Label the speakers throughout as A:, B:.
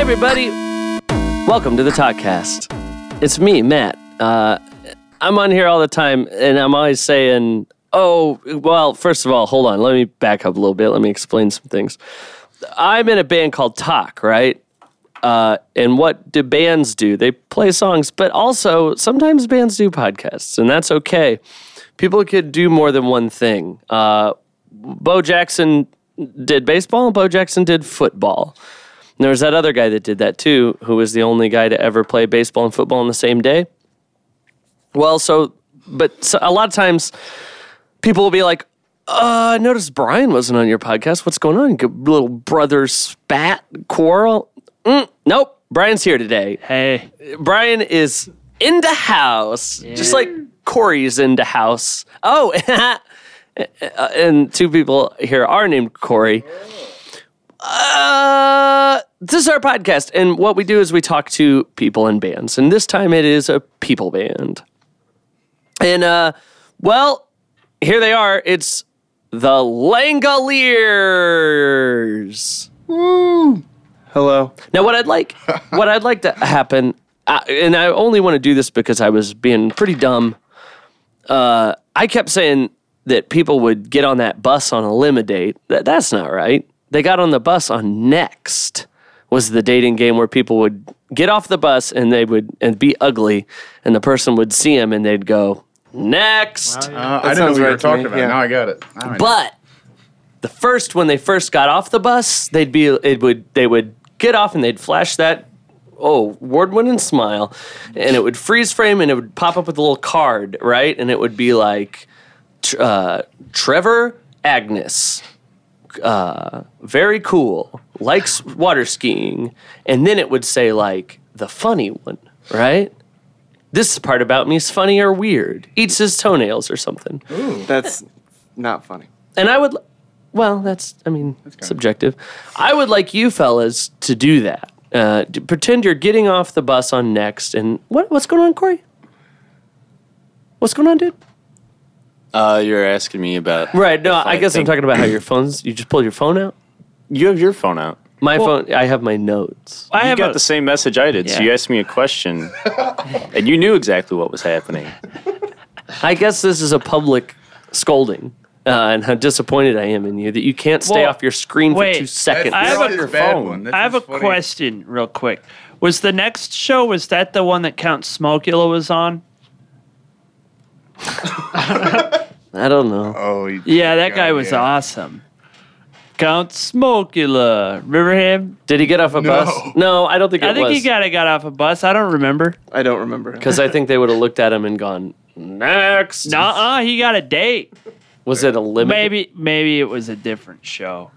A: everybody. Welcome to the Talkcast. It's me, Matt. Uh, I'm on here all the time, and I'm always saying, "Oh, well." First of all, hold on. Let me back up a little bit. Let me explain some things. I'm in a band called Talk, right? Uh, and what do bands do? They play songs, but also sometimes bands do podcasts, and that's okay. People could do more than one thing. Uh, Bo Jackson did baseball, and Bo Jackson did football. And there was that other guy that did that too, who was the only guy to ever play baseball and football on the same day. Well, so, but so a lot of times people will be like, uh, I noticed Brian wasn't on your podcast. What's going on? Good little brother spat quarrel? Mm, nope. Brian's here today.
B: Hey,
A: Brian is in the house, just like Corey's in the house. Oh, and two people here are named Corey. Uh, this is our podcast, and what we do is we talk to people in bands, and this time it is a people band. And uh, well, here they are. It's the Langoliers.
C: Hello.
A: Now, what I'd like, what I'd like to happen, uh, and I only want to do this because I was being pretty dumb. Uh, I kept saying that people would get on that bus on Eliminate. That, that's not right. They got on the bus on Next. Was the dating game where people would get off the bus and they would and be ugly, and the person would see them and they'd go next.
C: Uh,
D: I didn't know
C: sounds
D: what you were
C: weird to me,
D: talking about.
C: yeah.
D: Now I got it. Now I know.
A: But the first, when they first got off the bus, they'd be it would they would get off and they'd flash that oh award-winning smile, and it would freeze frame and it would pop up with a little card, right? And it would be like tr- uh, Trevor Agnes, uh, very cool, likes water skiing, and then it would say like the funny one, right? This part about me is funny or weird. Eats his toenails or something
C: That's not funny.
A: and I would, well, that's, I mean, subjective. I would like you fellas to do that. Uh, d- pretend you're getting off the bus on next, and what, what's going on, Corey? What's going on, dude?
E: Uh, you're asking me about.
A: Right, no, I
E: I
A: guess I'm
E: think-
A: talking about how your phones. You just pulled your phone out.
E: You have your phone out.
A: My phone. I have my notes.
B: I
E: You
B: have
E: got
B: a,
E: the same message I did. So
A: Yeah.
E: you asked me a question, and you knew exactly what was happening.
A: I guess this is a public scolding, uh, and how disappointed I am in you that you can't stay
B: Well,
A: off your screen
B: wait.
A: for two seconds.
B: I
D: This
B: have a
D: is
B: your
D: bad
E: phone.
D: one. This
B: I have
D: is
B: a
D: funny.
B: question, real quick. Was the next show was that the one that Count Smokula was on?
A: I don't know.
D: Oh, you-
B: Yeah, that guy
D: God,
B: was
D: yeah.
B: awesome. Count Smokula, remember him?
A: Did he get off a bus? No, I don't think
B: I
A: it
B: think
A: was.
B: he got got off a bus. I don't remember.
C: I don't remember. him.
A: because I think they would have looked at him and gone next.
B: Nuh uh, he got a date.
A: Was it a limit?
B: Maybe maybe it was a different show.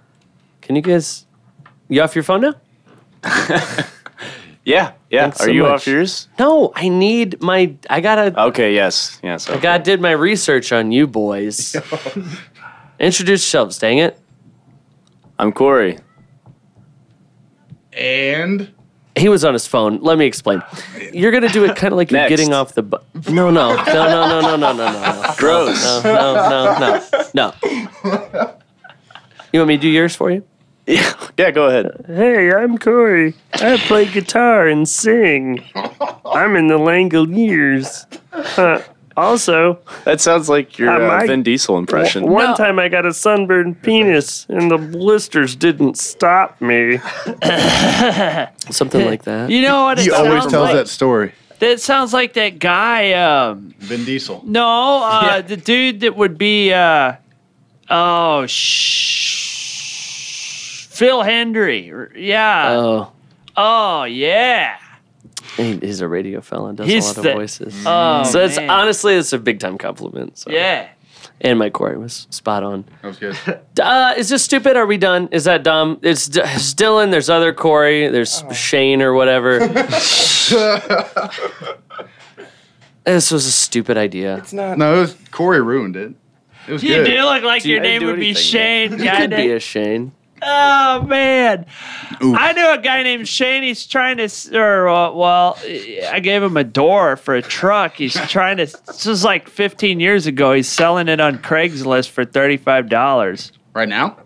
A: Can you guys? You off your phone now?
E: Yeah, yeah.
A: Thanks
E: Are
A: so
E: you
A: much.
E: off yours?
A: No, I need my. I gotta.
E: Okay. Yes. Yes.
A: I got did my research on you boys. Introduce yourselves, dang it.
E: I'm Corey.
D: And
A: He was on his phone. Let me explain. You're gonna do it kind of like you're
E: Next.
A: getting off the. Bu- no, no, no, no, no, no, no, no, no,
E: Gross.
A: no, no, no, no, no. You want me to do yours for you?
E: Yeah. Yeah. Go ahead.
A: Hey, I'm Corey. I play guitar and sing. I'm in the Langoliers. Uh, also,
E: That sounds like your
A: Uh,
E: uh,
A: my-
E: Vin Diesel impression.
A: one
B: No.
A: time I got a sunburned penis and the blisters didn't stop me. Something like that.
B: You know what? It
D: he always
B: sounds
D: tells
B: like?
D: that story.
B: That sounds like that guy. Um,
D: Vin Diesel.
B: No, uh, the dude that would be, uh, oh, sh- Phil Hendry. R- Yeah.
A: Oh,
B: oh, yeah.
A: he- he's a radio fella and does
B: He's
A: a lot of
B: the-
A: voices.
B: Oh,
A: so it's
B: man.
A: honestly, it's a big time compliment. So.
B: Yeah.
A: And my Corey was spot on.
D: That was good.
A: Uh, is this stupid? Are we done? Is that dumb? It's, D- it's Dylan. There's other Corey. There's
C: Oh.
A: Shane or whatever. this was a stupid idea.
C: It's not.
D: no, it was Corey ruined it. It was
B: You
D: good.
B: do look like
A: Dude,
B: your
A: I didn't
B: name
A: do
B: would be Shane.
A: anything,
B: God
A: could be
B: dang-
A: a Shane.
B: oh, man.
D: Oof.
B: I knew a guy named Shane. He's trying to, s- or, uh, well, I gave him a door for a truck. He's trying to, this was like 15 years ago. He's selling it on Craigslist for $35.
D: Right now?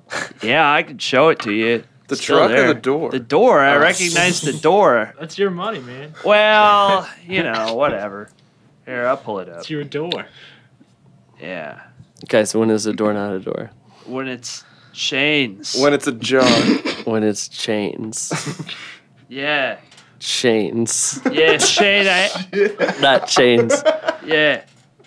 B: Yeah, I can show it to you.
C: The
B: Still
C: truck
B: there.
C: or the door? Oh.
B: The door. I recognize the door.
F: That's your money, man.
B: Well, you know, whatever. Here, I'll pull it up.
F: It's your door.
B: Yeah.
A: Okay, so when is a door not a door?
B: When it's chains.
C: when it's ajar.
A: When it's chains.
B: yeah.
A: chains.
B: Yeah, Shane. I,
A: Not chains.
B: yeah.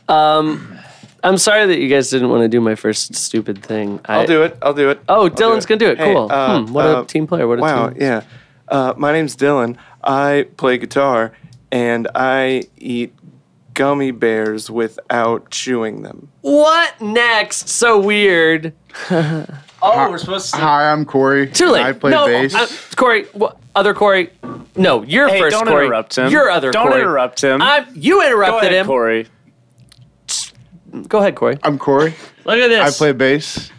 A: Um, I'm sorry that you guys didn't want to do my first stupid thing. I,
C: I'll do it. I'll do it.
A: Oh,
C: I'll
A: Dylan's gonna do it.
C: Hey,
A: cool.
C: uh,
A: hmm, what
C: uh,
A: a team player. What a
C: wow,
A: team.
C: yeah. Uh, my name's Dylan. I play guitar and I eat gummy bears without chewing them.
A: What next? So weird.
F: Oh, we're supposed to.
D: Hi, I'm Corey.
A: Too late.
D: I play
A: no,
D: bass.
A: uh, Corey. wha- other Corey. No, you're
E: Hey,
A: 1st
E: don't
A: Corey.
E: interrupt him.
A: Your other
E: Don't
A: Corey.
E: interrupt him.
A: I'm, you
E: Go
A: interrupted
E: ahead,
A: him.
E: Corey.
A: Go ahead, Corey.
D: I'm Corey.
B: Look at
D: I
B: this.
D: play bass.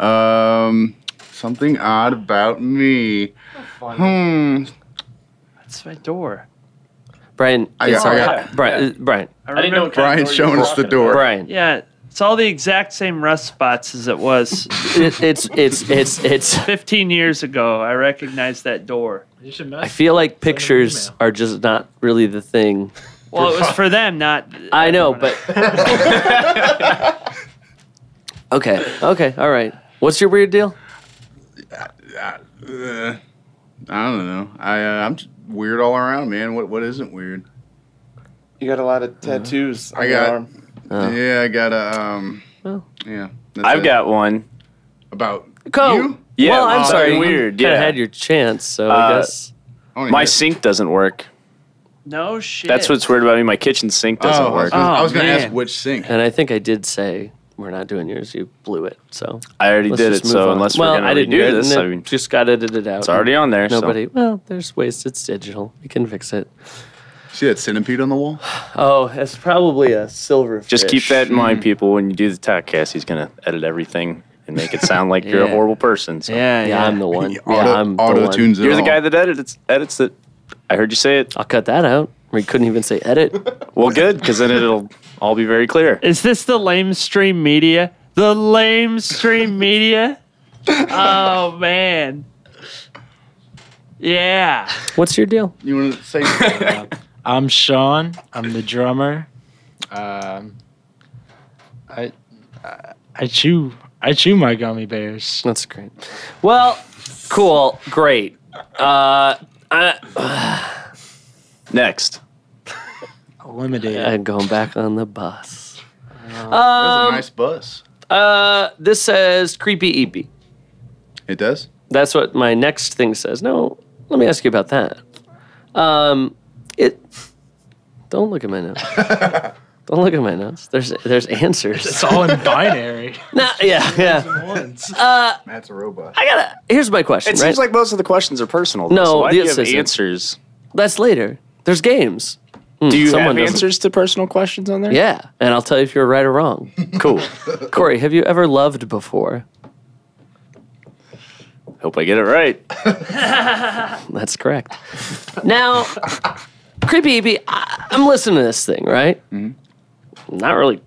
D: Um, something odd about me. Hmm.
B: That's my door.
A: Brian.
D: I got- I got-
A: uh, Brian. uh, Brian.
B: I,
F: I didn't know.
B: remember-
F: what kind of
D: Brian's
F: door you were
D: showing us the
F: talking
D: door.
A: Brian.
B: Yeah, it's all the exact same rust spots as it was
A: It, it's it's it's it's.
B: 15 years ago. I recognized that door.
F: about. You should
A: I
F: mess.
A: feel like pictures
F: email.
A: are just not really the thing.
B: Well, it was for them, not.
A: I know,
B: everyone else.
A: but. okay. Okay. All right. What's your weird deal?
D: Uh, I don't know. I uh, I'm just weird all around, man. What what isn't weird?
C: You got a lot of tattoos on
D: I
C: your
D: got-
C: arm.
A: Oh.
D: Yeah, I got a um.
A: Well.
D: yeah, that's
E: I've
D: it.
E: got one.
D: about
A: Go.
D: you.
E: Yeah,
A: well, I'm
E: uh,
A: sorry.
E: weird,
A: Kind
E: yeah.
A: of had your chance, so I
E: Uh,
A: guess.
D: I wanna
E: My
D: hear-
E: sink doesn't work.
B: No shit.
E: That's what's weird about me. My kitchen sink doesn't
D: oh, I was
E: work.
D: gonna-
A: Ah.
D: I
B: Oh,
D: was gonna ask
B: man.
D: which sink.
A: And I think I did say we're not doing yours. You blew it, so
E: I already
A: let's
E: did
A: just
E: it.
A: move
E: So
A: on.
E: unless
A: well,
E: we're gonna
A: I didn't
E: redo
A: it,
E: this,
A: and
E: I
A: it
E: mean,
A: just got edited out.
E: it's already on there. so-
A: Nobody. Well, there's ways. It's digital. We can fix it.
D: See that centipede on the wall?
A: Oh, it's probably a silver.
E: Just keep that in mind, people. When you do the podcast, he's gonna edit everything and make it sound like you're a
A: Yeah.
E: horrible person. So.
B: Yeah, yeah.
A: Yeah, I'm the one.
D: He
A: Yeah, I'm the
D: auto
A: one.
D: tunes it.
E: You're the
D: all.
E: guy that edits edits it. I heard you say it.
A: I'll cut that out. We couldn't even say edit.
E: Well, good, because then it'll all be very clear.
B: Is this the lame stream media? The lame stream media? Oh, man. Yeah.
A: What's your deal?
D: You want to say?
F: I'm Sean. I'm the drummer. Um, I, I- I chew. I chew my gummy bears.
A: That's great. Well, cool, great. Uh, I,
E: Next,
F: Limited.
A: I'm going back on the bus.
D: That's a
A: Um,
D: nice bus.
A: uh, this says
E: E
A: creepy EP.
D: It does.
A: That's what my next thing says. No, let me ask you about that. Um, it. Don't look at my notes. don't look at my notes. There's there's answers.
F: It's all in binary.
A: Nah, yeah, yeah.
F: Once.
D: Matt's a robot.
A: I gotta. Here's my question.
E: it
A: right?
E: seems like most of the questions are personal.
A: No,
E: so why do you
A: this
E: have
A: isn't.
E: answers?
A: that's later. There's games. Hmm,
E: Do you
A: someone
E: have
A: doesn't-
E: answers to personal questions on there?
A: Yeah, and I'll tell you if you're right or wrong.
E: cool.
A: Corey, have you ever loved before?
E: Hope I get it right.
A: That's correct. now, creepy EP. I, I'm listening to this thing, right?
E: Mm-hmm.
A: Not really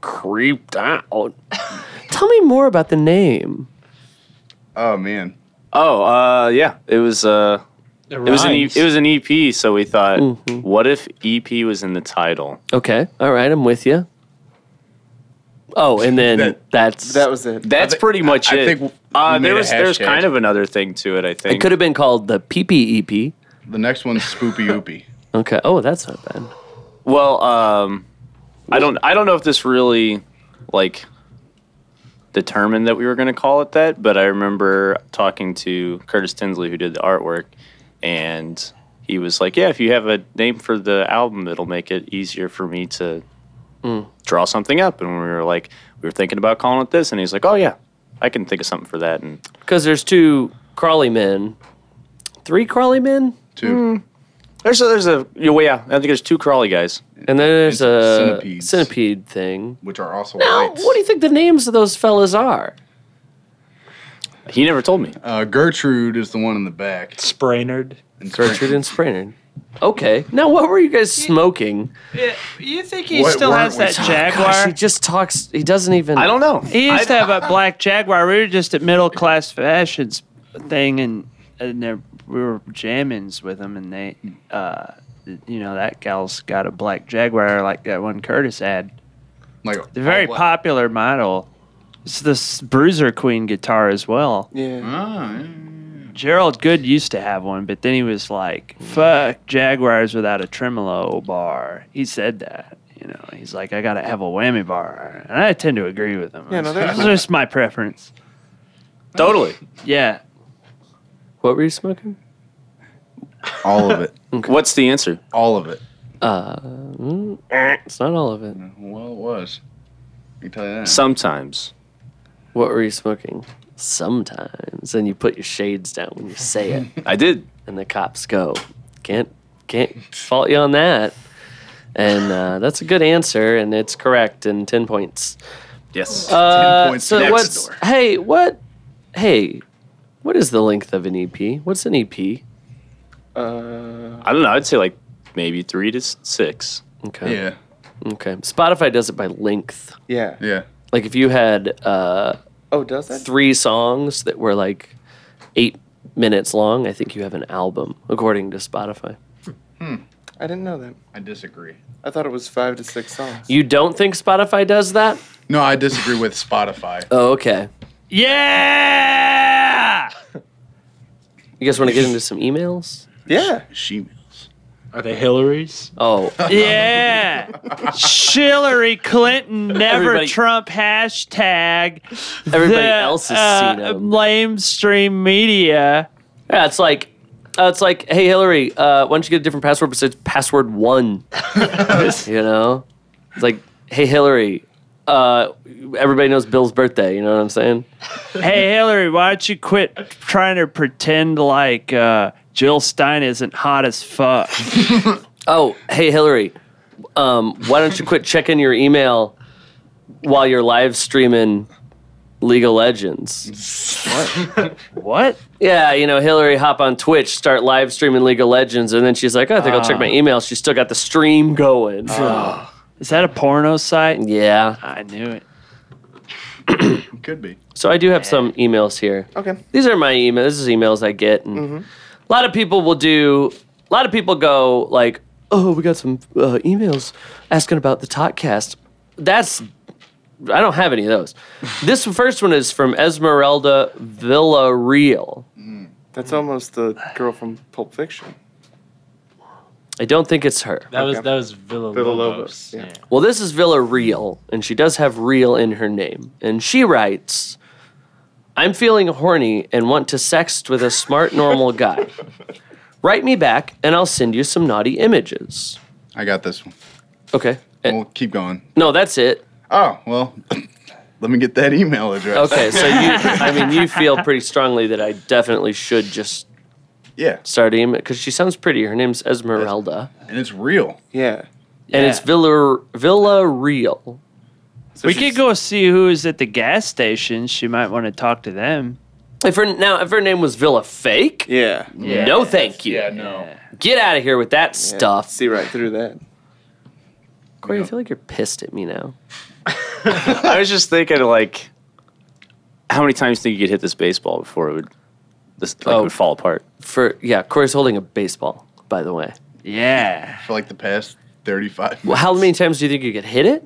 A: creeped out. Tell me more about the name.
D: Oh man.
E: Oh, uh, yeah, it was uh,
F: It,
E: it was an e-
F: rhymes.
E: it was an EP. So we thought,
A: Mm-hmm.
E: what if EP was in the title?
A: Okay, all right, I'm with you. Oh, and then
D: That-
A: that's
C: That was it.
E: That's
D: think-
E: pretty much
D: I
E: it.
D: think we
E: uh,
D: made
E: there
D: a
E: was there's
D: hashtag.
E: kind of another thing to it. I
A: it
E: think
A: could have been called the PP EP.
D: The next one's Spoopy Oopy.
A: Okay. Oh, that's not bad.
E: Well, um, I don't I don't know if this really like determined that we were going to call it that, but I remember talking to Curtis Tinsley who did the artwork and he was like, "Yeah, if you have a name for the album, it'll make it easier for me to
D: Hmm.
E: draw something up." And we were like, we were thinking about calling it this and he's like, "Oh yeah, I can think of something for that." And
A: Because there's two crawly men, three crawly men,
D: Two.
E: there's a, there's a well, yeah, I think there's two crawly guys.
A: and then there's
D: And
A: a
D: centipedes.
A: centipede thing.
D: which are also
A: Now,
D: whites.
A: what do you think the names of those fellas are?
E: He never told me.
D: uh, Gertrude is the one in the back.
F: Sprainerd.
D: And
A: Gertrude and Sprainerd. Okay. Now, what were you guys smoking?
B: Yeah, You think he
D: What
B: still
D: weren't
B: has
D: we
B: that
D: talking-
B: Jaguar?
A: Gosh, he just talks. He doesn't even.
E: I don't know.
B: He used to have a black Jaguar. We were just at middle class fashions thing, and and there, we were jammings with them, and they, uh, you know, that gal's got a black jaguar like that one Curtis had.
D: Like
C: Oh,
B: The very
D: all black-
B: popular model. It's this Bruiser Queen guitar as well.
C: Yeah.
D: Ah, yeah.
B: Gerald Good used to have one, but then he was like, "Fuck Jaguars without a tremolo bar." He said that. You know, he's like, "I gotta have a whammy bar," and I tend to agree with him.
C: Yeah, no, they're-
B: that's just my preference.
E: Totally.
B: Yeah,
A: What were you smoking?
D: all of it,
E: What's the answer?
D: all of it.
A: Uh, mm, eh, it's not all of it.
D: Well, it was. I can tell you that.
E: Sometimes.
A: What were you smoking? Sometimes, and you put your shades down when you say it,
E: I did.
A: and the cops go, "Can't, can't fault you on that." And uh, that's a good answer, and it's correct, and ten points.
E: Yes.
A: Uh,
D: points
A: so
D: next
A: what's
D: door.
A: hey what hey what is the length of an EP? What's an E EP?
C: Uh,
E: I don't know. I'd say like maybe three to s- six.
A: Okay.
D: yeah,
A: Okay. Spotify does it by length.
C: yeah.
D: yeah.
A: Like if you had uh,
C: Oh, does that?
A: three songs that were like eight minutes long, I think you have an album according to Spotify.
C: I didn't know that.
D: I disagree.
C: I thought it was five to six songs.
A: You don't think Spotify does that?
D: No, I disagree with Spotify.
A: Oh, okay.
B: yeah.
A: You guys want to get into some emails?
C: yeah.
D: Shemales.
F: Are they Hillary's?
A: Oh,
B: Yeah. Hillary Clinton, never
A: Everybody-
B: Trump hashtag.
A: everybody
B: the,
A: else has
B: uh,
A: seen them.
B: Lamestream media.
A: Yeah, it's like uh, it's like, hey Hillary, uh, why don't you get a different password besides password one? you know, it's like, hey Hillary, uh, everybody knows Bill's birthday. You know what I'm saying?
B: Hey, Hillary, why don't you quit trying to pretend like uh, Jill Stein isn't hot as fuck?
A: Oh, hey Hillary, um, why don't you quit checking your email while you're live streaming League of Legends?
B: What?
A: Yeah, you know Hillary, hop on Twitch, start live streaming League of Legends, and then she's like, "Oh, I think I'll check my email. She's still got the stream going.
B: Is that a porno site?
A: yeah.
B: I knew it.
D: Could be.
A: So I do have some emails here.
C: Okay.
A: these are my emails. This is emails I get, and a lot of people will do. A lot of people go like, "Oh, we got some uh, emails asking about the Totcast." That's I don't have any of those. this first one is from Esmeralda Villarreal.
C: That's almost the girl from Pulp Fiction.
A: I don't think it's her.
F: That was
C: Okay.
F: that was Villa,
C: Villa Lobos,
F: Lobos.
C: yeah.
A: Well, this is Villarreal, and she does have real in her name. And she writes, I'm feeling horny and want to sext with a smart, normal guy. Write me back, and I'll send you some naughty images.
D: I got this one.
A: Okay. Eh,
D: We'll keep going.
A: No, that's it.
D: Oh well, let me get that email address.
A: Okay, so you, I mean, you feel pretty strongly that I definitely should just
D: Yeah,
A: start email because she sounds pretty. Her name's Esmeralda,
D: and it's real.
C: Yeah.
A: and it's Villar Villarreal.
C: So
B: We
C: she's-
B: could go see who's at the gas station. She might want to talk to them.
A: If her now, if her name was Villa Fake,
C: Yeah.
A: no, thank you.
D: no.
A: Get out of here with that
C: Yeah.
A: stuff.
C: See right through that.
A: Corey, I feel like you're pissed at me now.
E: I was just thinking like, how many times do you think you could hit this baseball before it would this like
A: Oh.
E: would fall apart?
A: For yeah, Corey's holding a baseball. By the way,
B: Yeah.
D: For like the past thirty-five.
A: well, how many times do you think you could hit it?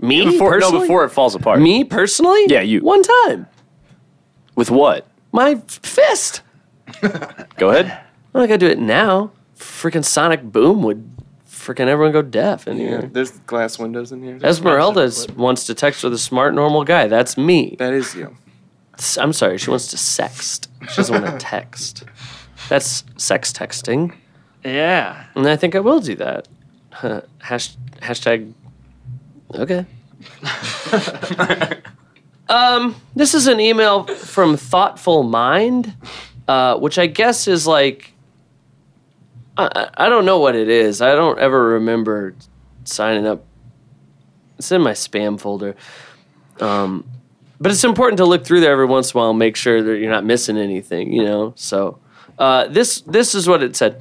A: Me
E: Before, no,
A: personally?
E: before it falls apart.
A: me personally.
E: Yeah, you.
A: One time,
E: With what?
A: my f- fist.
E: Go ahead.
A: I'm not gonna do it now. Freaking sonic boom would freaking everyone go deaf in
C: Yeah.
A: here.
C: There's glass windows in here.
A: Esmeralda wants to text with a smart, normal guy. That's me.
C: That is you.
A: S- I'm sorry, she wants to sext. She doesn't want to text. That's sex texting.
B: Yeah.
A: And I think I will do that. Huh. Hash, hashtag. Okay. um, this is an email from Thoughtful Mind, uh, which I guess is like. I, I I don't know what it is. I don't ever remember signing up. It's in my spam folder. Um, but it's important to look through there every once in a while and make sure that you're not missing anything, you know? So uh, this, this is what it said.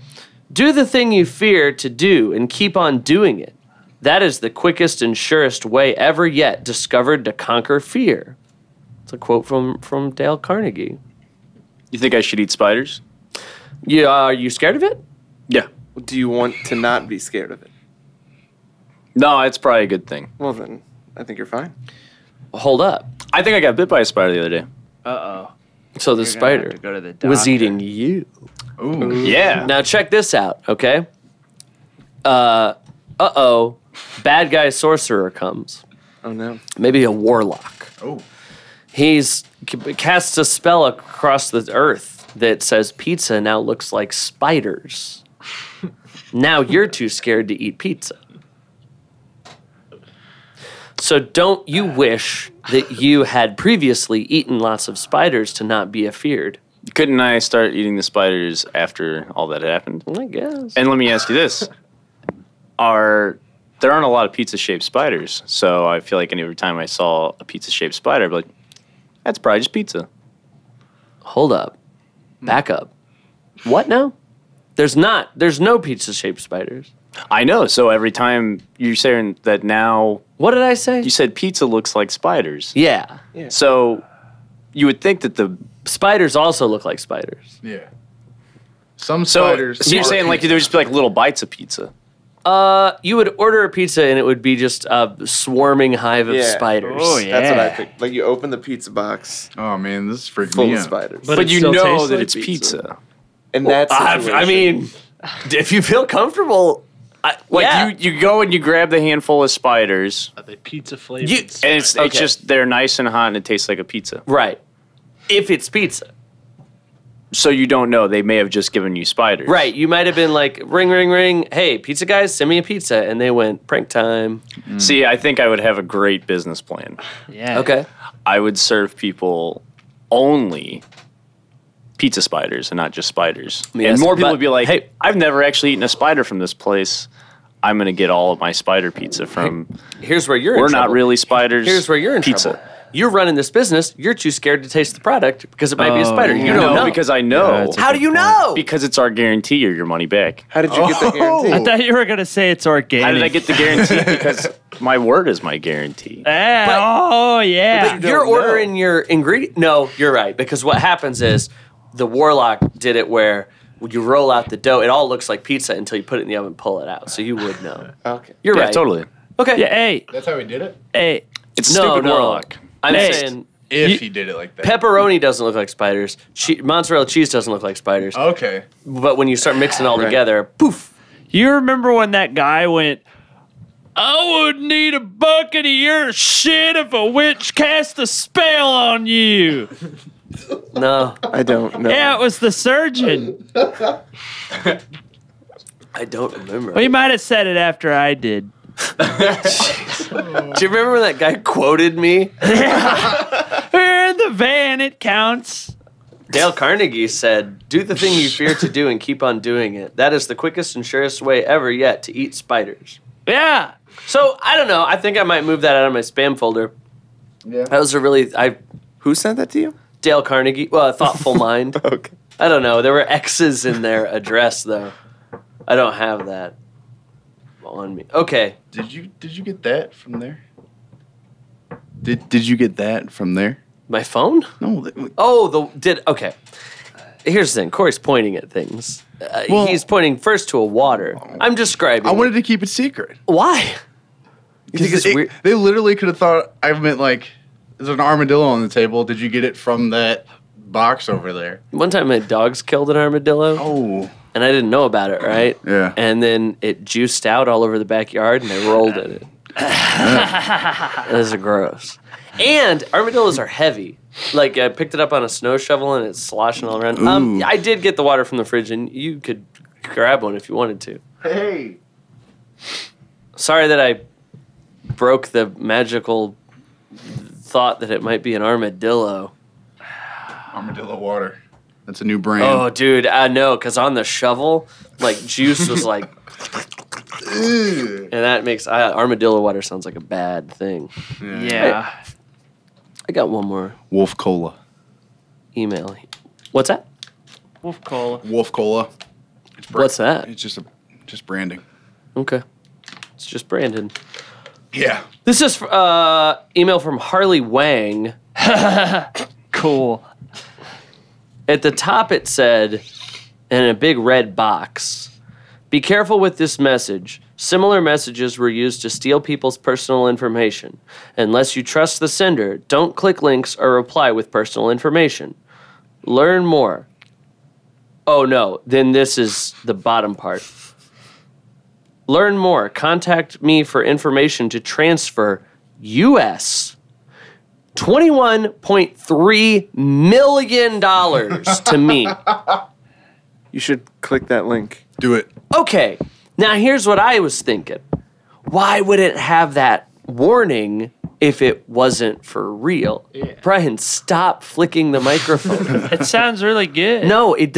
A: Do the thing you fear to do and keep on doing it. That is the quickest and surest way ever yet discovered to conquer fear. It's a quote from, from Dale Carnegie.
E: You think I should eat spiders?
A: Yeah, are you scared of it?
E: Yeah.
C: Do you want to not be scared of it?
E: No, it's probably a good thing.
C: Well, then I think you're fine.
A: Hold up.
E: I think I got bit by a spider the other day.
B: Uh oh.
A: So the spider
B: go to the doctor.
A: was eating you.
D: Ooh.
E: Yeah.
A: Now check this out, okay? Uh uh oh, bad guy sorcerer comes.
C: Oh no.
A: Maybe a warlock.
D: Oh.
A: He's c- casts a spell across the earth that says pizza now looks like spiders. now you're too scared to eat pizza. So don't you wish that you had previously eaten lots of spiders to not be afeared?
E: Couldn't I start eating the spiders after all that happened?
A: I guess.
E: And let me ask you this: Are there aren't a lot of pizza-shaped spiders? So I feel like every time I saw a pizza-shaped spider, I'd be like, "That's probably just pizza."
A: hold up, back up. What now? There's not. There's no pizza-shaped spiders.
E: I know. So every time you're saying that now,
A: What did I say?
E: you said pizza looks like spiders.
A: yeah,
E: So you would think that the
A: spiders also look like spiders.
D: Yeah. Some
E: so,
D: spiders.
E: so you're
D: are
E: saying like there would just be like little bites of pizza.
A: Uh, you would order a pizza and it would be just a swarming hive of
C: Yeah.
A: spiders.
B: Oh, yeah.
C: That's what I think. Like you open the pizza box
D: Oh man, this is freaking
C: full
D: me
C: of
D: out.
C: spiders,
F: But-
E: But,
F: it
E: you
F: still
E: know
F: tastes
E: that
F: like
E: it's
C: pizza.
E: pizza.
C: and that's.
A: I've- I mean, if you feel comfortable, I,
E: Like
A: yeah.
E: you, you go and you grab the handful of spiders,
F: Are they pizza flavored?
A: You- eh,
E: and it's
A: Okay.
E: it's just they're nice and hot and it tastes like a pizza.
A: right. If it's pizza,
E: So you don't know they may have just given you spiders.
A: right? You might have been like, ring, ring, ring. Hey, pizza guys, send me a pizza, and they went prank time.
E: See, I think I would have a great business plan.
B: Yeah.
A: Okay.
E: I would serve people only pizza spiders and not just spiders.
A: Yes,
E: and more people
A: but-
E: would be like,
A: hey.
E: "Hey, I've never actually eaten a spider from this place. I'm going to get all of my spider pizza from.
A: Here's where you're. in
E: We're not
A: trouble.
E: really spiders.
A: Here's where you're in
E: pizza.
A: trouble. You're running this business. You're too scared to taste the product because it might be a
B: Oh,
A: spider. You
B: yeah.
A: don't
E: no,
A: know.
E: because I know.
B: that's a-
A: How do you
B: Good point.
A: know?
E: because it's our guarantee or your money back.
C: how did you get the
A: oh.
C: guarantee?
B: I thought you were gonna say it's organic.
E: How did I get the guarantee? because my word is my guarantee.
B: Yeah.
A: But-
B: oh yeah.
A: but you're
C: don't
A: ordering your ingredient. No, you're right. Because what happens is the warlock did it where you roll out the dough. It all looks like pizza until you put it in the oven, and pull it out. So you would know.
C: Oh, okay.
A: You're
E: yeah,
A: right.
E: totally.
A: Okay.
B: yeah. Hey.
D: That's how he did it.
B: Hey.
E: It's a
A: No,
E: stupid
A: no.
E: warlock.
A: I'm
B: Next.
A: saying
D: If
B: You-
D: he did it like that.
A: pepperoni doesn't look like spiders. Che- mozzarella cheese doesn't look like spiders.
D: Okay.
A: But when you start mixing it all together, poof.
B: You remember when that guy went? I would need a bucket of your shit if a witch cast a spell on you.
A: No,
C: I don't know.
B: Yeah, it was the surgeon.
A: I don't remember.
B: Well, you might have said it after I did.
A: Do you remember when that guy quoted me?
B: We're in the van. It counts.
A: Dale Carnegie said, Do the thing you fear to do and keep on doing it. That is the quickest and surest way ever yet to eat spiders.
B: Yeah.
A: So I don't know. I think I might move that out of my spam folder.
D: Yeah.
A: That was a really I
C: Who sent that to you?
A: Dale Carnegie. Well, a thoughtful mind.
C: Okay.
A: I don't know. There were X's in their address though. I don't have that on me. Okay.
D: Did you did you get that from there? Did did you get that from there?
A: My phone?
D: No. That,
A: Oh, the did okay. Here's the thing. Corey's pointing at things. Uh,
D: Well-
A: he's pointing first to a water. I'm describing.
D: I wanted to keep it secret.
A: why. You think it's
D: It-
A: weird?
D: They literally could have thought I meant like there's an armadillo on the table. Did you get it from that box over there?
A: One time my dogs killed an armadillo
D: Oh.
A: and I didn't know about it, right?
D: Yeah.
A: And then it juiced out all over the backyard and they rolled in it. this is gross. And armadillos are heavy. Like I picked it up on a snow shovel and it's sloshing all around. Um,
D: Ooh.
A: I did get the water from the fridge and you could grab one if you wanted to.
D: Hey.
A: Sorry that I broke the magical thought that it might be an armadillo.
D: Armadillo water. That's a new brand.
A: Oh, dude, I know, because on the shovel, like juice was like,
D: Ew.
A: and that makes I, armadillo water sounds like a bad thing.
B: Yeah.
A: I got one more
D: Wolf cola.
A: email. What's that?
B: Wolf cola.
D: Wolf cola. It's bra-
A: What's that?
D: It's just a just branding.
A: Okay, it's just Brandon.
D: Yeah.
A: This is uh, email from Harley Wang.
B: Cool.
A: At the top, it said, in a big red box, be careful with this message. Similar messages were used to steal people's personal information. Unless you trust the sender, don't click links or reply with personal information. Learn more. Oh no, then this is the bottom part. Learn more. Contact me for information to transfer US $21.3 million to me.
C: You should click that link.
D: Do it.
A: Okay, now here's what I was thinking. Why would it have that warning if it wasn't for real? Brian, stop flicking the microphone.
B: It sounds really good.
A: no, it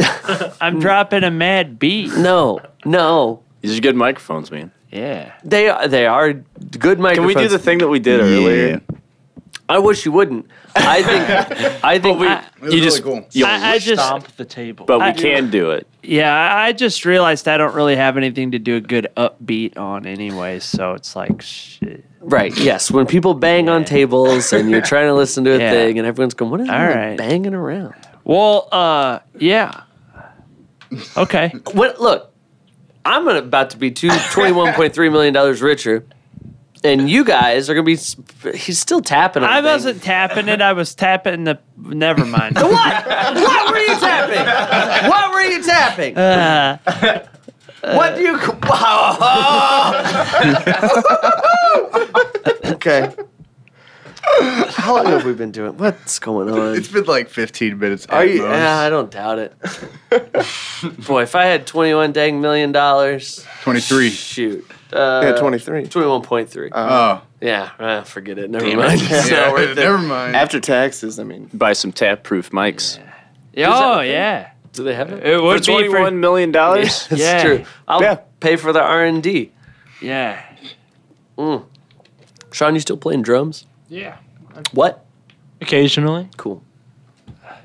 B: I'm dropping a mad beat.
A: no, no.
E: These are good microphones, man.
B: Yeah.
A: They are they are good microphones.
E: Can we do the thing that we did earlier?
A: I wish you wouldn't. I think I think
E: We,
A: I-
D: was
E: you
D: really
E: just,
D: cool.
E: you-
B: I, I just,
F: Stomp the table.
E: but we
B: I-
E: can do it.
B: yeah, I I just realized I don't really have anything to do a good upbeat on anyway. So it's like, shit.
A: right, yes. When people bang on tables and you're trying to listen to a
B: Yeah.
A: thing and everyone's going, What is
B: All
A: everyone
B: right.
A: banging around?
B: Well, uh, yeah. Okay.
A: What look, I'm gonna- about to be two twenty one point three million dollars richer, and you guys are gonna be. s- He's still tapping. On
B: I
A: things.
B: wasn't tapping it. I was tapping the. Never mind.
A: What? What were you tapping? What were you tapping?
B: Uh,
A: what do you? okay. How long have we been doing? What's going on?
D: It's been like 15 minutes.
C: Are
D: at
C: you-
D: most.
A: Yeah, I don't doubt it. Boy, if I had twenty-one dang million dollars,
D: 23.
A: shoot, uh,
C: yeah, 23.
A: twenty-one point three.
D: Oh,
A: Yeah, uh, forget it. Never mind. It's
D: yeah,
A: not worth it.
D: never mind.
C: After taxes, I mean.
E: Buy some tap proof mics.
B: oh yeah.
A: Do they have it?
B: It
E: For
B: would be for,
E: $21 million? dollars?
A: It's
B: Yeah.
A: true. I'll
E: Yeah.
A: pay for the R and D.
B: yeah.
A: Mm. Sean, you still playing drums?
F: Yeah.
A: What?
F: Occasionally.
A: Cool.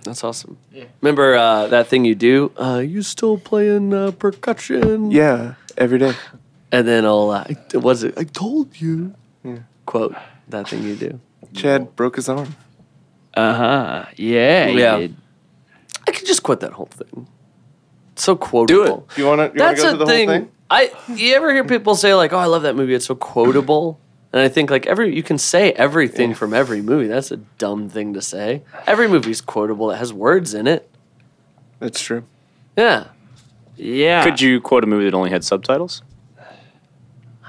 A: That's awesome.
F: Yeah.
A: Remember uh, that thing you do? Uh, you still playing uh, percussion?
C: Yeah, every day.
A: And then I'll. Uh, was it? I told you. Quote that thing you do.
C: Chad broke his arm.
B: Uh huh. Yeah.
A: Yeah.
B: you-
A: I could just quit that whole thing. It's so quotable.
E: Do it.
C: You want to go
A: That's
C: through
A: a
C: the
A: thing.
C: whole thing?
A: I you ever hear people say like, "Oh, I love that movie. It's so quotable." And I think like every you can say everything from every movie. That's a dumb thing to say. Every movie's quotable. It has words in it.
C: That's true.
A: Yeah,
B: Yeah.
E: Could you quote a movie that only had subtitles?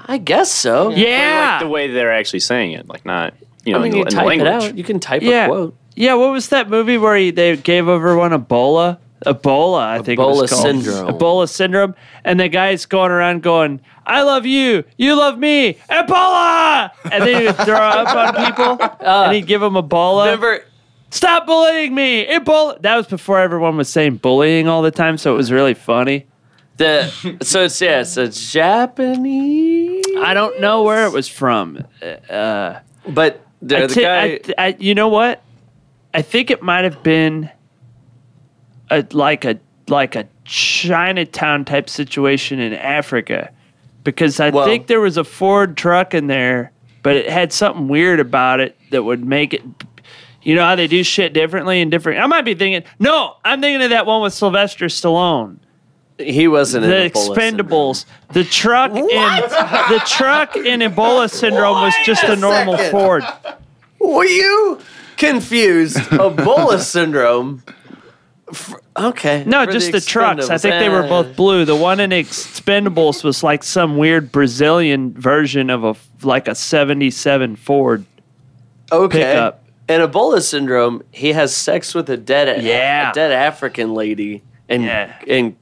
A: I guess so.
B: Yeah.
E: Like the way they're actually saying it, like not, you know,
A: I mean,
E: in,
A: you
E: the- in the
A: type it
E: language.
A: out. You can type
B: Yeah.
A: a quote.
B: yeah. What was that movie where he, they gave everyone Ebola? Ebola, I think. it was
A: Ebola
B: called.
A: syndrome.
B: Ebola syndrome, and the guy's going around going, "I love you, you love me, Ebola," and then he would throw up on people,
A: Uh,
B: and he'd give them Ebola.
A: Remember,
B: Stop bullying me, Ebola. That was before everyone was saying bullying all the time, so it was really funny.
A: the so it's yeah, it's a Japanese,
B: I don't know where it was from.
A: but the,
B: I
A: the
B: thi-
A: guy.
B: I th- I- you know what? I think it might have been a like a like a Chinatown type situation in Africa, because I
A: Well-
B: think there was a Ford truck in there, but it had something weird about it that would make it. You know how they do shit differently and different. I might be thinking. No, I'm thinking of that one with Sylvester Stallone.
A: he wasn't
B: The
A: in Ebola syndrome.
B: Expendables. The truck in the truck in Ebola syndrome was
A: Wait
B: just
A: a
B: a normal
A: second.
B: Ford.
A: Were you confused? Ebola syndrome. F- Okay.
B: No,
A: for
B: just the, trucks. I
A: Expendables.
B: think they were
A: Eh.
B: both blue. The one in Expendables was like some weird Brazilian version of a like a '77 Ford.
A: okay.
B: pickup.
A: And Ebola syndrome, he has sex with a dead,
B: Yeah.
A: a dead African lady, and
B: Yeah.
A: and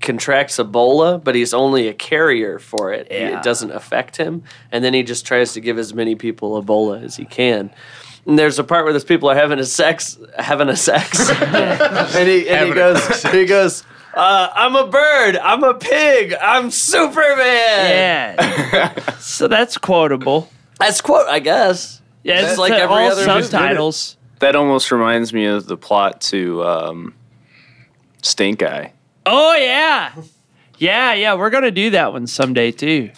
A: contracts Ebola, but he's only a carrier for it.
B: Yeah.
A: It doesn't affect him, and then he just tries to give as many people Ebola as he can. And there's a part where those people are having a sex, having a sex, and he and he
D: Having a
A: goes, he goes. Uh, I'm a bird. I'm a pig. I'm Superman.
B: Yeah. so that's quotable.
A: That's quote, I guess.
B: Yeah,
A: That's
B: it's
A: like
B: like
A: every
B: all
A: other
B: subtitles.
E: That almost reminds me of the plot to um, Stink Eye.
B: Oh yeah, yeah, yeah. We're gonna do that one someday too.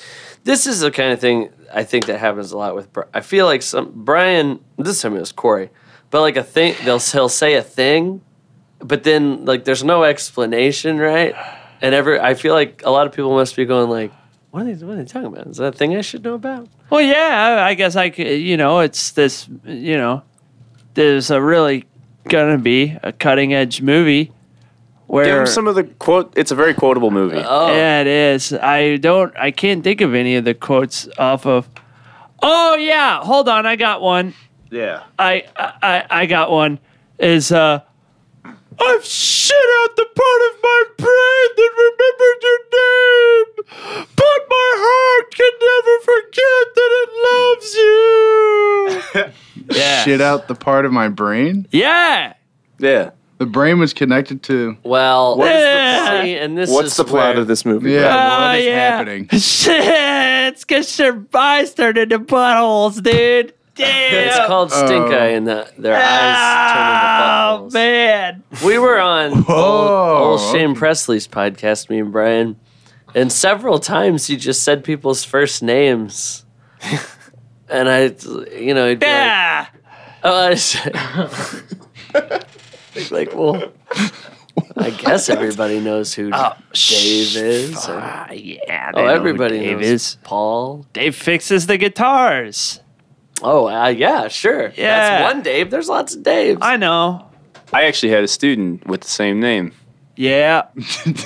A: this is the kind of thing I think that happens a lot with. Bri- I feel like some Brian. This time it was Corey, but like a thing, they'll he'll say a thing, but then like there's no explanation, right? And ever I feel like a lot of people must be going like, what are they, what are they talking about? Is that a thing I should know about?
B: Well, yeah, I I guess I could, you know, it's this, you know, there's a really going to be a cutting edge movie
E: Give
B: where.
E: him some of the quote. It's a very quotable movie.
A: Oh,
B: Yeah, it is. I don't, I can't think of any of the quotes off of. Oh, yeah, hold on, I got one.
E: yeah.
B: I, I, I- I got one. Is, uh, I've shit out the part of my brain that remembers your name, but my heart can never forget that it loves you. yeah.
D: Shit out the part of my brain.
B: Yeah.
E: Yeah.
D: The brain was connected to.
A: well,
B: Yeah.
A: see, and this
C: What's
A: is
C: the plot
A: where-
C: of this movie?
D: Yeah,
C: Brad?
B: Oh,
D: what is
B: yeah.
D: happening?
B: Shit, it's because your eyes turned into buttholes, dude. Damn.
A: It's called Stink
D: Oh.
A: Eye, and the, their eyes turn
B: Oh
A: into buttholes.
B: man!
A: We were on
D: Oh,
A: old Shane Presley's podcast, me and Brian, and several times he just said people's first names. and I, you know, he'd be like,
B: Yeah,
A: oh, I said- It's like, well, I guess everybody knows who
B: Oh,
A: Dave is. or-
B: Ah, yeah. they
A: oh,
B: know who
A: everybody
B: Dave
A: knows
B: is.
A: Paul.
B: Dave fixes the guitars.
A: Oh, uh, yeah, sure.
B: Yeah.
A: That's one Dave. There's lots of Daves.
B: I know.
E: I actually had a student with the same name,
B: Yeah,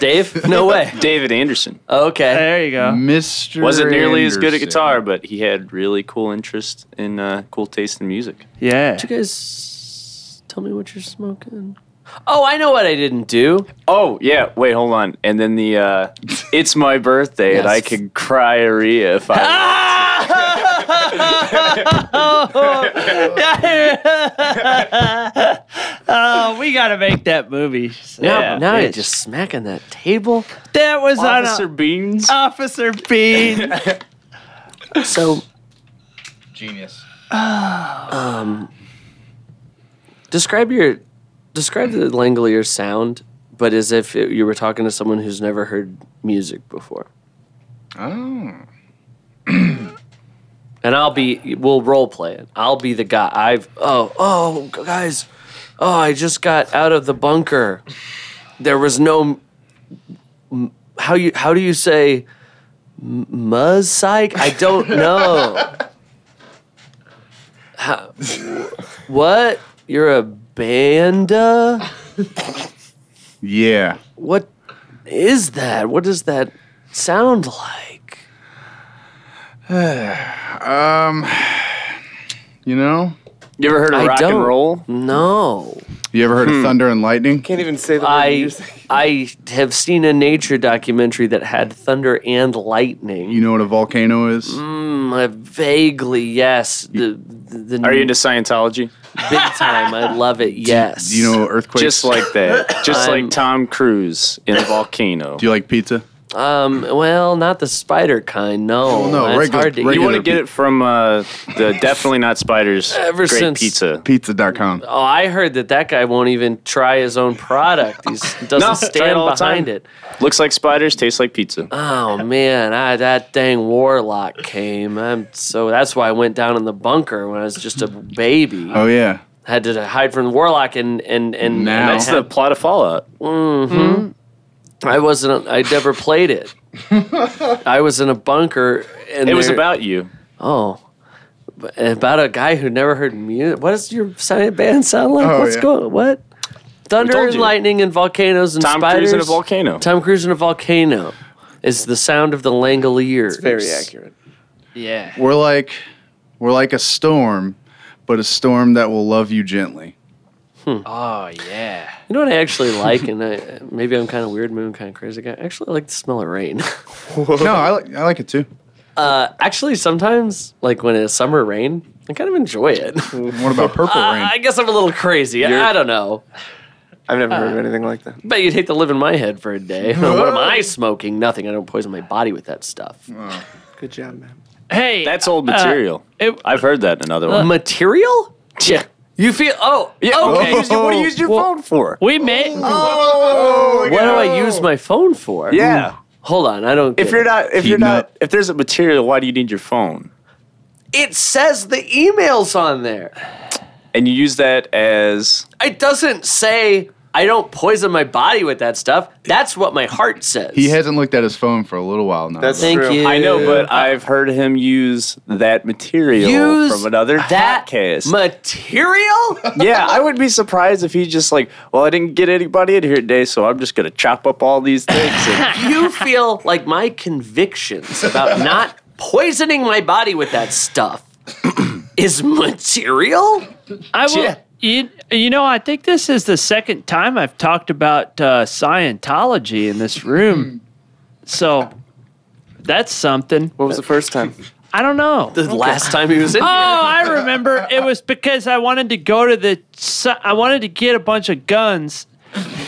A: Dave? No way.
E: David Anderson.
A: Okay.
B: there you go.
D: Mr.
E: Wasn't nearly as good at
D: Anderson.
E: guitar, but he had really cool interest in uh, cool taste in music.
B: Yeah.
A: you guys tell me what you're smoking? Oh, I know what I didn't do.
E: Oh yeah, wait, hold on. And then the uh, it's my birthday and I
A: Yes.
E: could cry area if I
B: Oh, we gotta make that movie.
A: Now,
E: Yeah,
A: now you're
B: Uh, bitch.
A: just smacking that table.
B: That was on
E: Officer
B: a,
E: Beans.
A: Uh,
B: Officer Bean.
A: So,
D: Genius.
A: um, describe your describe the Langolier sound, but as if it- you were talking to someone who's never heard music before.
D: Oh.
A: And I'll be we'll role play it. I'll be the guy. I've oh oh guys, oh I just got out of the bunker. There was no m- how you how do you say m- muzz psych? I don't know. How- what? You're a banda?
D: Yeah.
A: What is that? What does that sound like?
D: Um, you know,
E: You ever heard of
A: I
E: rock
A: don't.
E: and roll?
A: No.
D: you ever heard
E: Hmm.
D: of thunder and lightning?
C: Can't even say the word
A: I
C: music.
A: I have seen a nature documentary that had thunder and lightning.
D: You know what a volcano is?
A: Mm, I vaguely, yes. The, the, the
E: Are you into Scientology?
A: big time? I love it. Yes.
D: Do you know earthquakes?
E: Just like that. Just
A: I'm-
E: like Tom Cruise in a volcano.
D: Do you like pizza?
A: Um. Well, not the spider kind. No.
D: Well, no,
A: That's
D: regular-
A: hard to
E: You
D: regular-
E: want to get it from uh, the Definitely Not Spiders
A: Ever
E: Great
A: since-
E: Pizza.
D: Pizza.com.
A: Oh, I heard that that guy won't even try his own product. He doesn't
E: No, try it
A: stand
E: all the
A: behind
E: time.
A: it.
E: Looks like spiders, tastes like pizza.
A: Oh man, I, that dang warlock came. I'm so that's why I went down in the bunker when I was just a baby.
D: Oh, yeah.
A: had to hide from the warlock and and and
D: Now-
A: and I
E: That's the
A: had-
E: plot of Fallout.
A: I wasn't. I never played it. I was in a bunker, and
E: It was
A: there-
E: about you.
A: oh, but- about a guy who never heard music. What does your science band sound like?
D: Oh,
A: What's
D: yeah.
A: going? What? Thunder
E: told
A: and
E: you.
A: lightning and volcanoes and
E: Tom
A: spiders.
E: Cruise in a volcano.
A: Tom Cruise in a volcano is the sound of the Langoliers.
C: Very accurate.
B: yeah.
D: We're like, we're like a storm, but a storm that will love you gently.
B: Oh yeah.
A: You know what I actually like, and I, maybe I'm kind of weird, maybe I'm kind of crazy guy. I actually like the smell of rain.
D: No, I, like I like it too.
A: Uh, actually, sometimes, like when it's summer rain, I kind of enjoy it.
D: What about purple rain?
A: I guess I'm a little crazy. I don't know.
C: I've never
A: Uh,
C: heard of anything like that.
A: Bet you'd hate to live in my head for a day. what am I smoking? Nothing. I don't poison my body with that stuff.
C: Good job, man.
B: Hey, uh,
E: That's old
A: Uh,
E: material.
B: it-
E: I've heard that in another one.
A: Material? Yeah. You feel? Oh, yeah. Okay.
E: What do you use- what do you use your
A: Well-
E: phone for?
B: we made.
D: Oh,
A: What do I use my phone for?
E: Yeah.
A: Hold on. I don't.
E: If
A: get
E: you're
A: it.
E: not, if
D: Heating
E: you're not,
D: up.
E: if there's a material, why do you need your phone?
A: it says the emails on there.
E: And you use that as
A: It doesn't say I don't poison my body with that stuff. That's what my heart says.
D: He hasn't looked at his phone for a little while now.
C: That's
D: though.
A: Thank
C: true.
A: you.
E: I know, but I've heard him use that material
A: Use
E: from another
A: that
E: podcast.
A: material.
E: yeah, I would be surprised if he just like, well, I didn't get anybody in here today, so I'm just gonna chop up all these things. And
A: you feel like my convictions about not poisoning my body with that stuff is material?
B: I will. You, you know, I think this is the second time I've talked about uh, Scientology in this room. so that's something.
C: What was the first time?
B: I don't know.
A: The last time he was in
B: Oh,
A: here.
B: I remember. It was because I wanted to go to the. si- I wanted to get a bunch of guns,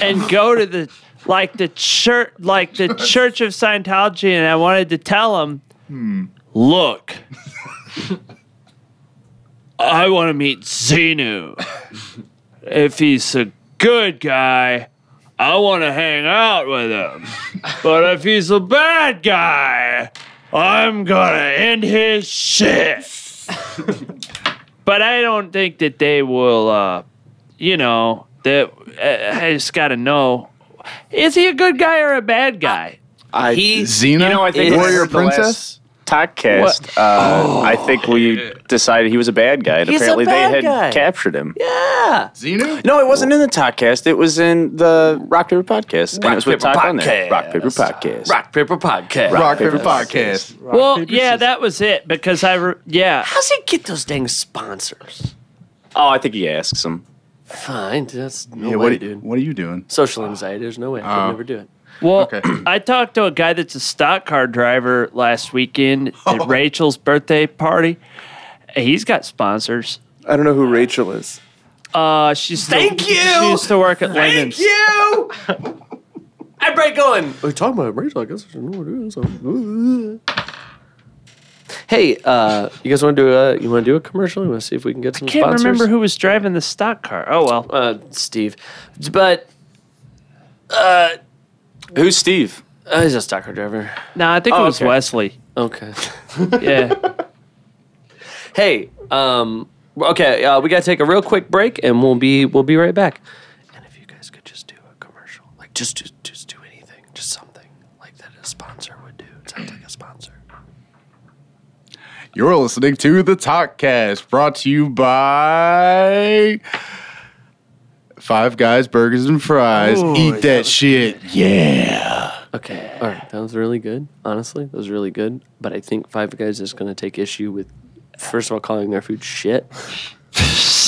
B: and go to the like the church, like the Church of Scientology, and I wanted to tell them, look, I want to meet Xenu. If he's a good guy, I want to hang out with him. But if he's a bad guy, I'm gonna end his shit but I don't think that they will. Uh, you know, that uh, I just got to know: is he a good guy or a bad guy?
C: I
A: He,
D: Xena,
E: you know, I think
A: It's-
D: Warrior
E: the last-
D: Princess.
E: Podcast. Uh, I think we decided he was a bad guy, and
A: He's a
E: apparently
A: bad
E: they had
A: guy.
E: captured him.
A: yeah.
D: Xenu?
E: No, it wasn't in the Toddcast. It was in the Rock Paper Podcast, and it was with
A: Paper
E: Todd on there.
A: Podcast.
E: Rock Paper Podcast.
A: Rock paper podcast.
D: Rock Paper Podcast.
B: well, yeah, that was it because I. Re- yeah,
A: How's he get those dang sponsors?
E: Oh, I think he asks him.
A: Fine, that's no
D: Yeah,
A: way,
D: what, are you,
A: dude.
D: what are you doing?
A: Social anxiety. There's no way I
C: Oh.
A: could never do it.
B: well,
D: Okay.
B: I talked to a guy that's a stock car driver last weekend at Rachel's birthday party. He's got sponsors.
C: I don't know who Rachel is.
B: Uh, she's
A: Thank you!
B: She used to work at Lehman's.
A: Thank you. I break going.
C: Are you Oh, talking about Rachel? I guess I don't know what it is.
A: Hey, uh, you guys want to do a you want to do a commercial? You want to see if we can get some
B: Can't
A: sponsors?
B: remember who was driving the stock car. Oh well.
A: uh, Steve, but
E: Who's Steve?
A: uh, he's a stock car driver.
B: No, I think it was
E: okay.
B: Wesley.
A: Okay.
B: Yeah.
A: hey, um, okay, uh, we gotta take a real quick break, and we'll be we'll be right back. And if you guys could just do a commercial, like just do, just do anything, just something like that a sponsor would do. It sounds like a sponsor.
D: You're listening to the Talkcast, brought to you by Five Guys Burgers and Fries. Eat that shit, yeah.
A: Okay, all right, that was really good. Honestly, that was really good. But I think Five Guys is gonna take issue with first of all calling their food shit.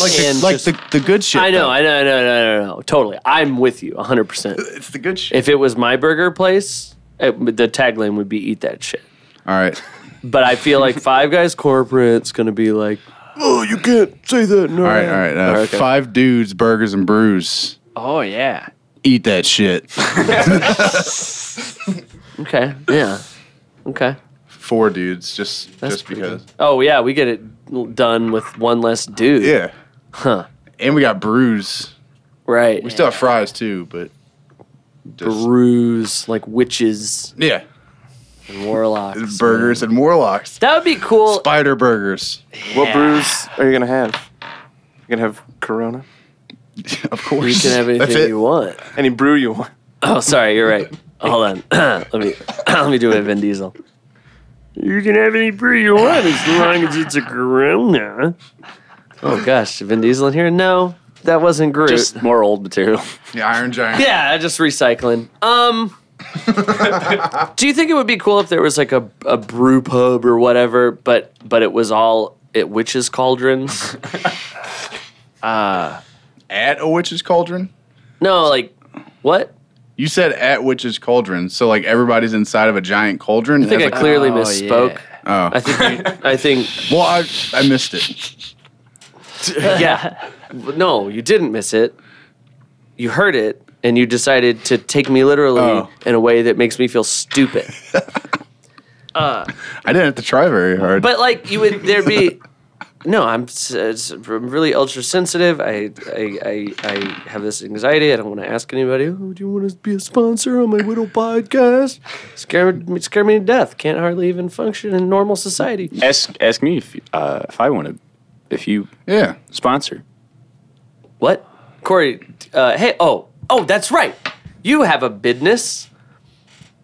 D: Like,
A: And
D: the, like
A: just-
D: the, the good shit.
A: I know,
D: though.
A: I know, I know, no, no, no, totally. I'm with you 100. percent
D: It's the good shit.
A: If it was my burger place, it, the tagline would be "Eat that shit."
D: All right.
A: But I feel like Five Guys corporate's gonna be like,
C: Oh, you can't say
A: Oh,
C: that. No.
D: All right. All right. Uh,
A: okay.
D: Five dudes, burgers, and brews.
B: oh yeah.
D: Eat that shit.
A: okay, yeah, okay.
D: Four dudes, just just
A: pretty
D: because.
A: Oh yeah, we get it done with one less dude.
D: Yeah.
A: Huh.
D: And we got brews.
A: Right.
D: We still have fries too, but. Just,
A: brews like witches
D: yeah.
A: and warlocks.
D: Burgers and warlocks.
A: That would be cool.
D: Spider burgers.
C: What brews are you gonna have? You gonna have Corona?
D: Of course.
A: you can have
D: That's
A: anything
D: it.
A: you want.
C: Any brew you want?
A: Oh, sorry, you're right. Hold on. let me let me do it, Vin Diesel. You can have any beer you want as long as it's a Corona. Oh gosh, Vin Diesel in here? No, that wasn't Groot.
E: Just more old material.
D: The Iron Giant.
A: yeah, just recycling. Um, do you think it would be cool if there was like a, a brew pub or whatever, but but it was all at witches' cauldrons?
D: At a witch's cauldron?
A: No, like what?
D: You said at witch's cauldron, so like everybody's inside of a giant cauldron.
A: I think I clearly
B: oh,
A: misspoke.
D: oh.
A: I think you, I think
D: well, I, I missed it.
A: yeah. No, you didn't miss it. You heard it, and you decided to take me literally
D: Oh.
A: in a way that makes me feel stupid.
D: I didn't have to try very hard.
A: But like, you would there be? No, I'm, s- s- I'm really ultra sensitive. I, I I I have this anxiety. I don't want to ask anybody. Oh, do you want to be a sponsor on my little podcast? Scare me, scare me to death. Can't hardly even function in normal society.
E: ask ask me if uh, if I want to, if you
D: yeah.
E: sponsor.
A: What? Corey, uh, hey, oh, Oh, that's right. You have a business,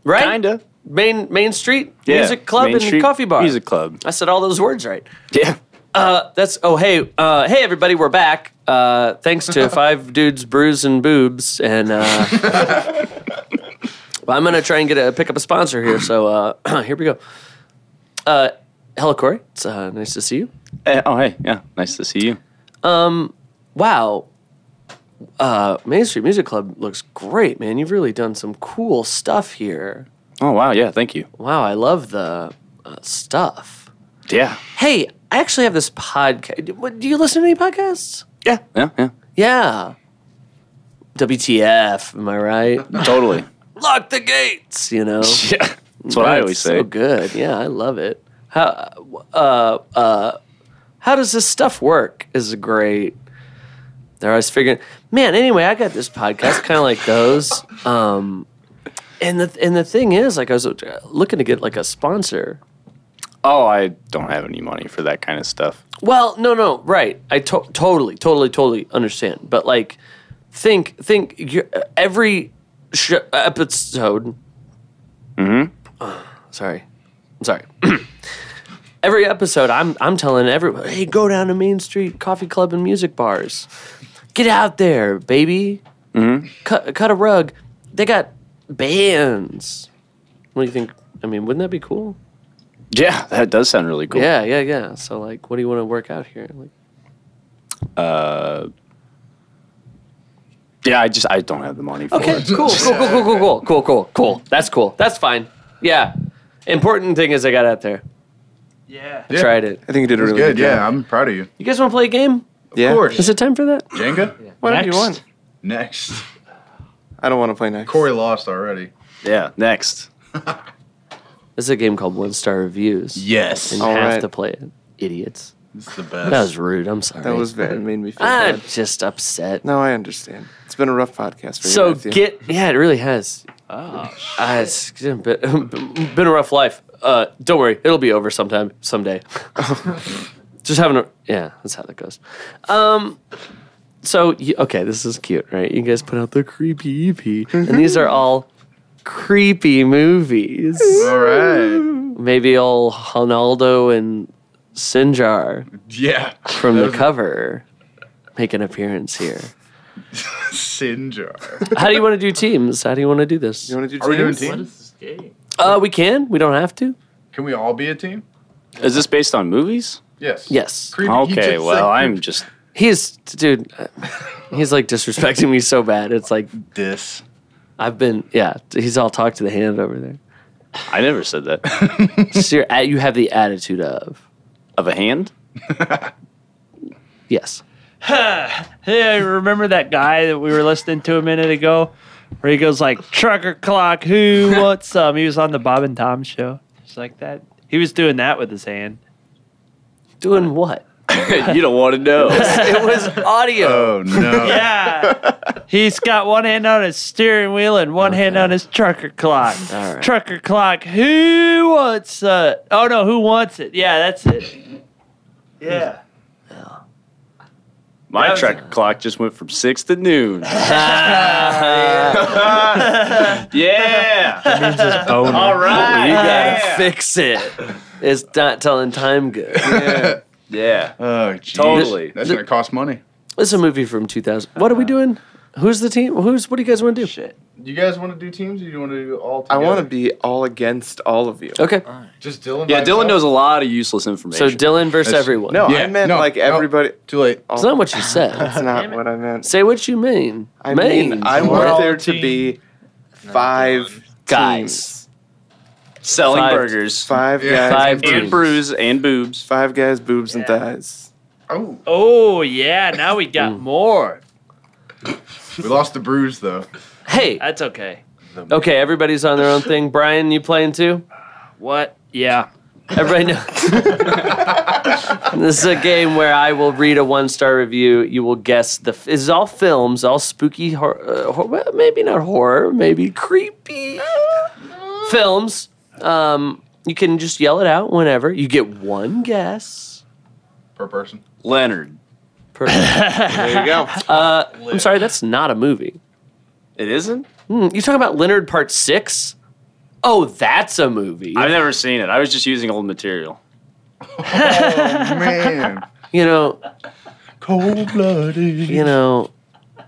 A: right?
E: Kinda.
A: Main Main Street
E: Yeah.
A: Music Club
E: Main
A: and
E: Street
A: Coffee Bar.
E: Music club.
A: I said all those words right.
E: Yeah.
A: Uh, that's oh hey uh, hey everybody we're back. Uh, thanks to five dudes brews and boobs and uh, well, I'm gonna try and get a pick up a sponsor here. So uh, here we go. Uh, hello Corey, it's uh, nice to see you.
E: Eh, oh, hey. Yeah. Nice to see you.
A: Wow. Uh, Main Street Music Club looks great, man. You've really done some cool stuff here.
E: Oh, wow. Yeah. Thank you.
A: Wow, I love the uh, stuff.
E: Yeah.
A: Hey, I actually have this podcast. Do you listen to any podcasts?
E: Yeah. Yeah. Yeah.
A: Yeah. WTF, am I right?
E: Totally.
A: Lock the gates, you know?
E: yeah. That's what I always
A: It's
E: say.
A: So good. Yeah, I love it. How, uh, uh, how does this stuff work is great. They're always figuring, man, anyway, I got this podcast kind of like those. Um, and the, and the thing is, like, I was looking to get like a sponsor.
E: Oh, I don't have any money for that kind of stuff.
A: Well, no, no, right. I to- totally, totally, totally understand. But like, think, think. you every sh- episode. Hmm. sorry, I'm sorry. every episode, I'm I'm telling everyone, hey, go down to Main Street Coffee Club and Music Bars. Get out there, baby. Cut cut a rug. They got bands. What do you think? I mean, wouldn't that be cool?
E: Yeah, that does sound really cool.
A: Yeah, yeah, yeah. So like, what do you want to work out here? Like.
E: Yeah, I just I don't have the money for
A: Okay,
E: it.
A: cool, cool, cool, cool, cool, cool, cool, cool, cool. That's cool. That's fine. Yeah. Important thing is I got out there.
F: Yeah.
A: I Tried it.
C: I think you did a really
D: good.
C: good
D: Yeah,
C: job.
D: I'm proud of you.
A: You guys want to play a game?
C: Yeah.
D: Of course.
A: Is it time for that?
D: Jenga?
C: Whatever you want.
D: Next.
C: I don't want to play next.
D: Corey lost already.
E: Yeah, next.
A: This is a game called One Star Reviews.
D: Yes.
A: And you
C: All
A: have
C: right.
A: to play it. Idiots.
D: It's the
A: That
D: best.
A: was rude. I'm sorry.
C: that was bad. It made me feel
A: I'm
C: bad.
A: just upset.
C: No, I understand. It's been a rough podcast for you.
A: So
C: Matthew.
A: get yeah, it really has. Oh, it's been, been a rough life. Uh, don't worry, it'll be over sometime someday. Just having a yeah, that's how that goes. Um, so you, okay, this is cute, right? You guys put out the creepy E EP, and these are all creepy movies.
D: All right.
A: Maybe all Ronaldo and Sinjar
D: Yeah.
A: from the
D: Those-
A: cover make an appearance here.
D: Sinjar.
A: How do you want to do teams? How do you want to do this?
C: You want to do
D: Are we doing
C: teams?
D: teams?
F: this game?
A: Uh, we can. We don't have to.
D: Can we all be a team?
E: Is this based on movies?
D: Yes.
A: Yes.
D: Creepy, you just
E: Okay,
D: said
E: well, I'm just
A: He's dude. uh, He's like disrespecting me so bad. It's like
D: This.
A: I've been. Yeah. He's all talk to the hand over there.
E: I never said that.
A: So you're at, you have the attitude of
E: Of a hand?
A: yes.
B: Hey, I remember that guy that we were listening to a minute ago, where he goes like trucker clock, who wants some? He was on the Bob and Tom show, just like that. He was doing that with his hand.
A: Doing what?
E: you don't want to know.
A: It was audio.
D: Oh, no.
B: Yeah, he's got one hand on his steering wheel and one hand on his trucker clock.
A: All right.
B: Trucker clock, who wants it? Oh no, who wants it? Yeah, that's it. Yeah.
E: My track clock just went from six to noon. yeah.
D: Oh,
E: All right.
A: you gotta fix it. It's not telling time good.
E: Yeah.
D: Oh, geez.
E: Totally.
D: That's going to cost money.
A: This is a movie from 2000. What are we doing? Who's the team? Who's what do you guys want to do? Shit.
D: You guys want to do teams or you want to do all
C: I
D: together?
C: want to be all against all of you.
A: Okay.
D: Just Dylan.
E: Yeah,
D: by
E: Dylan
D: himself?
E: knows a lot of useless information.
A: So Dylan versus
D: That's-
A: everyone.
C: No, I
D: Yeah,
C: meant
D: no,
C: like
D: no.
C: everybody. Oh.
D: Too late.
A: It's not what you said.
C: That's not what I meant.
A: Say what you mean.
C: I mean, I
A: Means.
B: We're all
C: want
B: a
C: there to
B: team.
C: be five
A: guys.
C: teams.
E: selling
A: Five-
E: burgers
C: Five
D: Yeah.
C: guys.
A: Five
E: and
A: teams.
E: brews and boobs.
C: Five guys, boobs and thighs.
D: Oh,
B: Oh yeah, now we got more.
D: we lost the bruise, though.
A: Hey,
B: That's okay.
A: Okay, everybody's on their own thing. Brian, you playing too?
B: What? Yeah.
A: Everybody knows. this is a game where I will read a one star review. You will guess the. F- this is all films, all spooky, hor- uh, hor- well, maybe not horror, maybe creepy uh, films. Um, you can just yell it out whenever. You get one guess.
D: Per person.
E: Leonard.
A: Per- Uh,
C: There you go.
A: I'm sorry, that's not a movie. Hmm,
E: It isn't.
A: You talking about Leonard Part Six? Oh, that's a movie.
E: I've never seen it. I was just using old material.
D: Man,
A: you know,
D: cold blooded.
A: you know,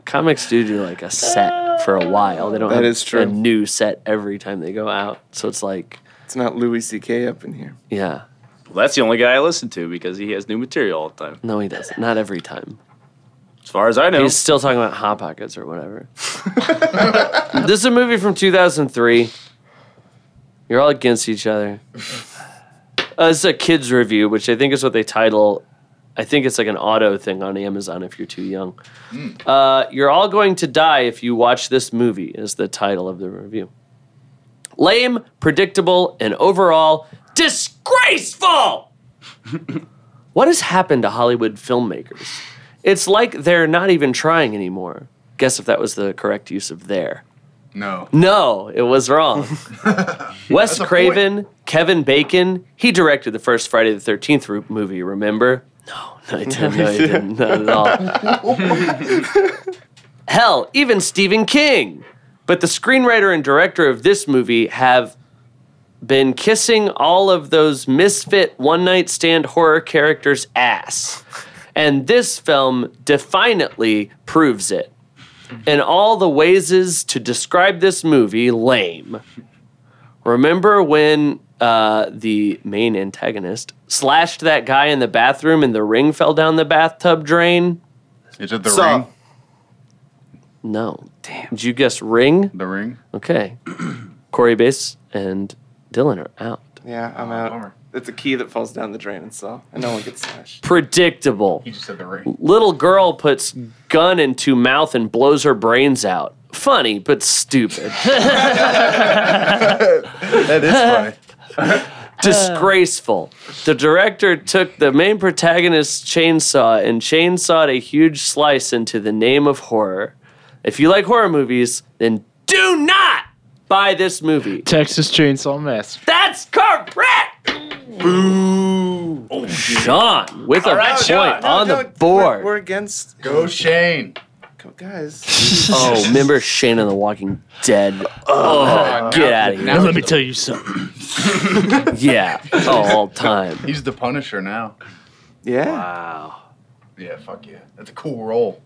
A: comics do do like a set for a while. They don't.
C: That
A: have
C: is true.
A: A new set every time they go out, so it's like,
C: It's not Louis C.K. up in here.
A: yeah,
E: Well, that's the only guy I listen to because he has new material all the time.
A: no, he doesn't. Not every time.
E: As far as I know,
A: He's still talking about hot pockets or whatever. this is a movie from 2003. You're all against each other. Uh, it's a kids review, which I think is what they title. I think it's like an auto thing on Amazon if you're too young. Uh, you're all going to die if you watch this movie is the title of the review. Lame, predictable, and overall disgraceful. what has happened to Hollywood filmmakers? It's like they're not even trying anymore. Guess if that was the correct use of there.
D: No.
A: No, it was wrong. Wes
D: a
A: Craven, Kevin Bacon, he directed the first Friday the 13th ro- movie, remember? No, no, I didn't. No, I didn't. Not at all. Hell, even Stephen King. But the screenwriter and director of this movie have been kissing all of those misfit one night stand horror characters' ass. And this film definitely proves it. In all the ways to describe this movie, lame. Remember when uh, the main antagonist slashed that guy in the bathroom and the ring fell down the bathtub drain?
D: Is it the
C: So-
D: ring?
A: No. Damn. Did you guess ring?
D: The ring?
A: Okay. Corey Bass and Dylan are out.
C: Yeah, I'm out.
D: bummer.
C: Oh, It's a key that falls down the drain and saw, and no one gets slashed.
A: Predictable.
D: You just said the ring.
A: Little girl puts gun into mouth and blows her brains out. Funny, but stupid.
D: That is funny.
A: disgraceful. The director took the main protagonist's chainsaw and chainsawed a huge slice into the name of horror. If you like horror movies, then do not buy this movie.
F: Texas Chainsaw Massacre.
A: That's correct. Sean with a point on
C: No,
A: the
C: no,
A: board.
C: We're, we're against.
D: Go Shane.
C: Guys,
A: oh, remember Shane on The Walking Dead? Oh, get out of here.
D: Now
F: Let me tell you something.
A: Yeah, oh, all time.
D: he's the Punisher now.
C: yeah.
D: Yeah, fuck yeah. That's a cool role.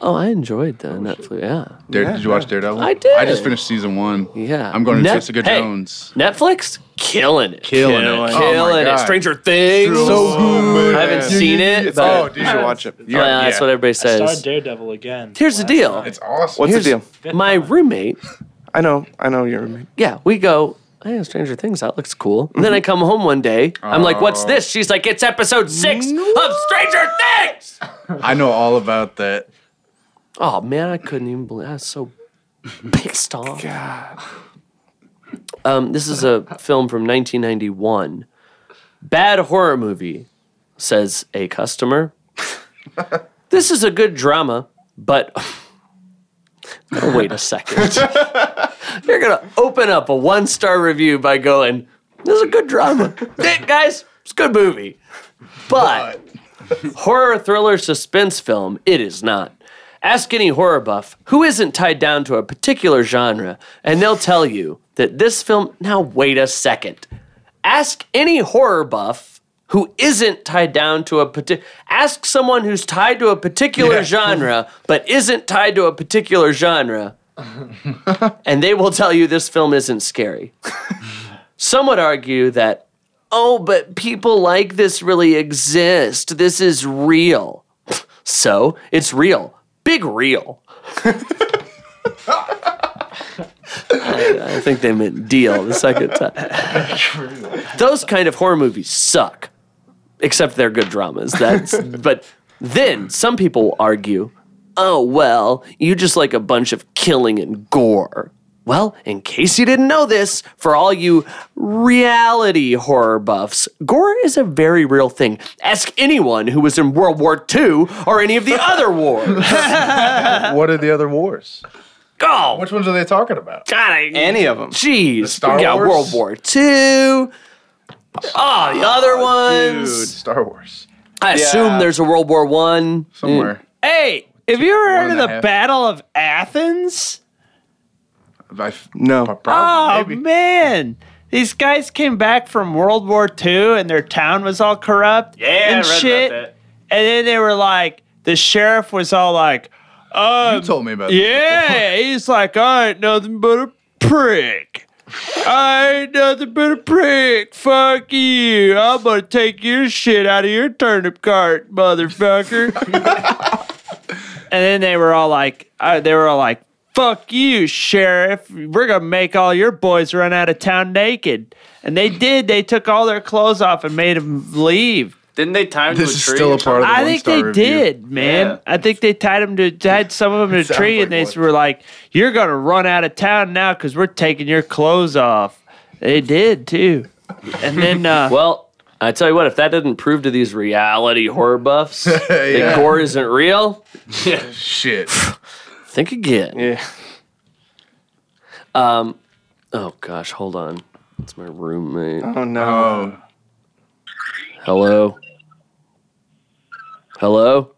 A: Oh, I enjoyed the Netflix. Yeah,
D: Dare,
C: Yeah,
D: did you watch Daredevil?
A: I did.
D: I just finished season one.
A: yeah.
D: I'm going to
A: Net-
D: Jessica
A: Hey,
D: Jones.
A: Netflix killing it.
D: Killing, it. Oh
A: Killing it. Stranger Things.
D: So good.
A: I haven't seen it, but
D: Oh, dude.
C: You should watch it.
A: Oh, yeah, that's what everybody
F: Star
A: says.
F: Daredevil again.
A: Here's the deal.
D: It's awesome.
C: What's
A: Here's-
C: the deal?
A: My roommate,
C: I know, I know your roommate.
A: yeah, we go. I have Stranger Things. That looks cool. And
D: Mm-hmm.
A: then I come home one day. I'm like,
D: Oh.
A: "What's this?" She's like, "It's episode six of Stranger Things."
D: I know all about that.
A: Oh man, I couldn't even believe. I was so pissed off. Um, this is a film from 1991. Bad horror movie, says a customer. this is a good drama, but. Oh, wait a second. You're going to open up a one star review by going, This is a good drama. Hey, guys, it's a good movie. But horror, thriller, suspense film, it is not. Ask any horror buff who isn't tied down to a particular genre, and they'll tell you that this film. Now, wait a second. Ask any horror buff who isn't tied down to a particular. Ask someone who's tied to a particular genre, but isn't tied to a particular genre, and they will tell you this film isn't scary. Some would argue that oh, but people like this really exist. This is real. So it's real. Big real. I, I think they meant deal the second time. Those kind of horror movies suck, except they're good dramas. That's but then some people argue, oh well, you just like a bunch of killing and gore. Well, in case you didn't know this, for all you reality horror buffs, gore is a very real thing. Ask anyone who was in World War II or any of the other wars.
D: What are the other wars?
A: Oh,
D: Which ones are they talking about?
A: God, I
C: Any of them.
A: Jeez.
D: Star
A: yeah, World
D: Wars?
A: War II. Oh, the other ones.
D: Ah, Dude, Star Wars.
A: I assume there's a World War One.
D: Somewhere.
F: Hey, have you ever
D: and
F: heard
D: a
F: of the
D: half.
F: Battle of Athens?
D: I f-
C: No.
B: Oh,
D: prob- maybe.
B: man. These guys came back from World War II and their town was all corrupt
E: Yeah, I
B: and
E: read about
B: shit.
E: that.
B: And then they were like, the sheriff was all like,
D: You told me about this
B: Yeah, he's like, I ain't nothing but a prick. I ain't nothing but a prick. Fuck you. I'm gonna take your shit out of your turnip cart, motherfucker. and then they were all like, uh, they were all like, fuck you, sheriff. We're gonna make all your boys run out of town naked. And they did. They took all their clothes off and made them leave.
E: Didn't they time
D: This
E: to a
D: is
E: tree
D: still
E: or
D: a part of the
B: I
D: one
B: think
D: star
B: they
D: review.
B: did, man.
E: Yeah.
B: I think they tied them to tied some of them to a
D: Sounds
B: tree,
D: like
B: and they
D: one.
B: were like, "You're gonna run out of town now because we're taking your clothes off." They did too, and then uh,
A: Well, I tell you what, if that didn't prove to these reality horror buffs that
D: Yeah.
A: gore isn't real,
D: Shit.
A: think again.
C: Yeah.
A: Oh gosh, hold on. It's my roommate.
C: Oh no.
D: Oh,
A: Hello. Hello.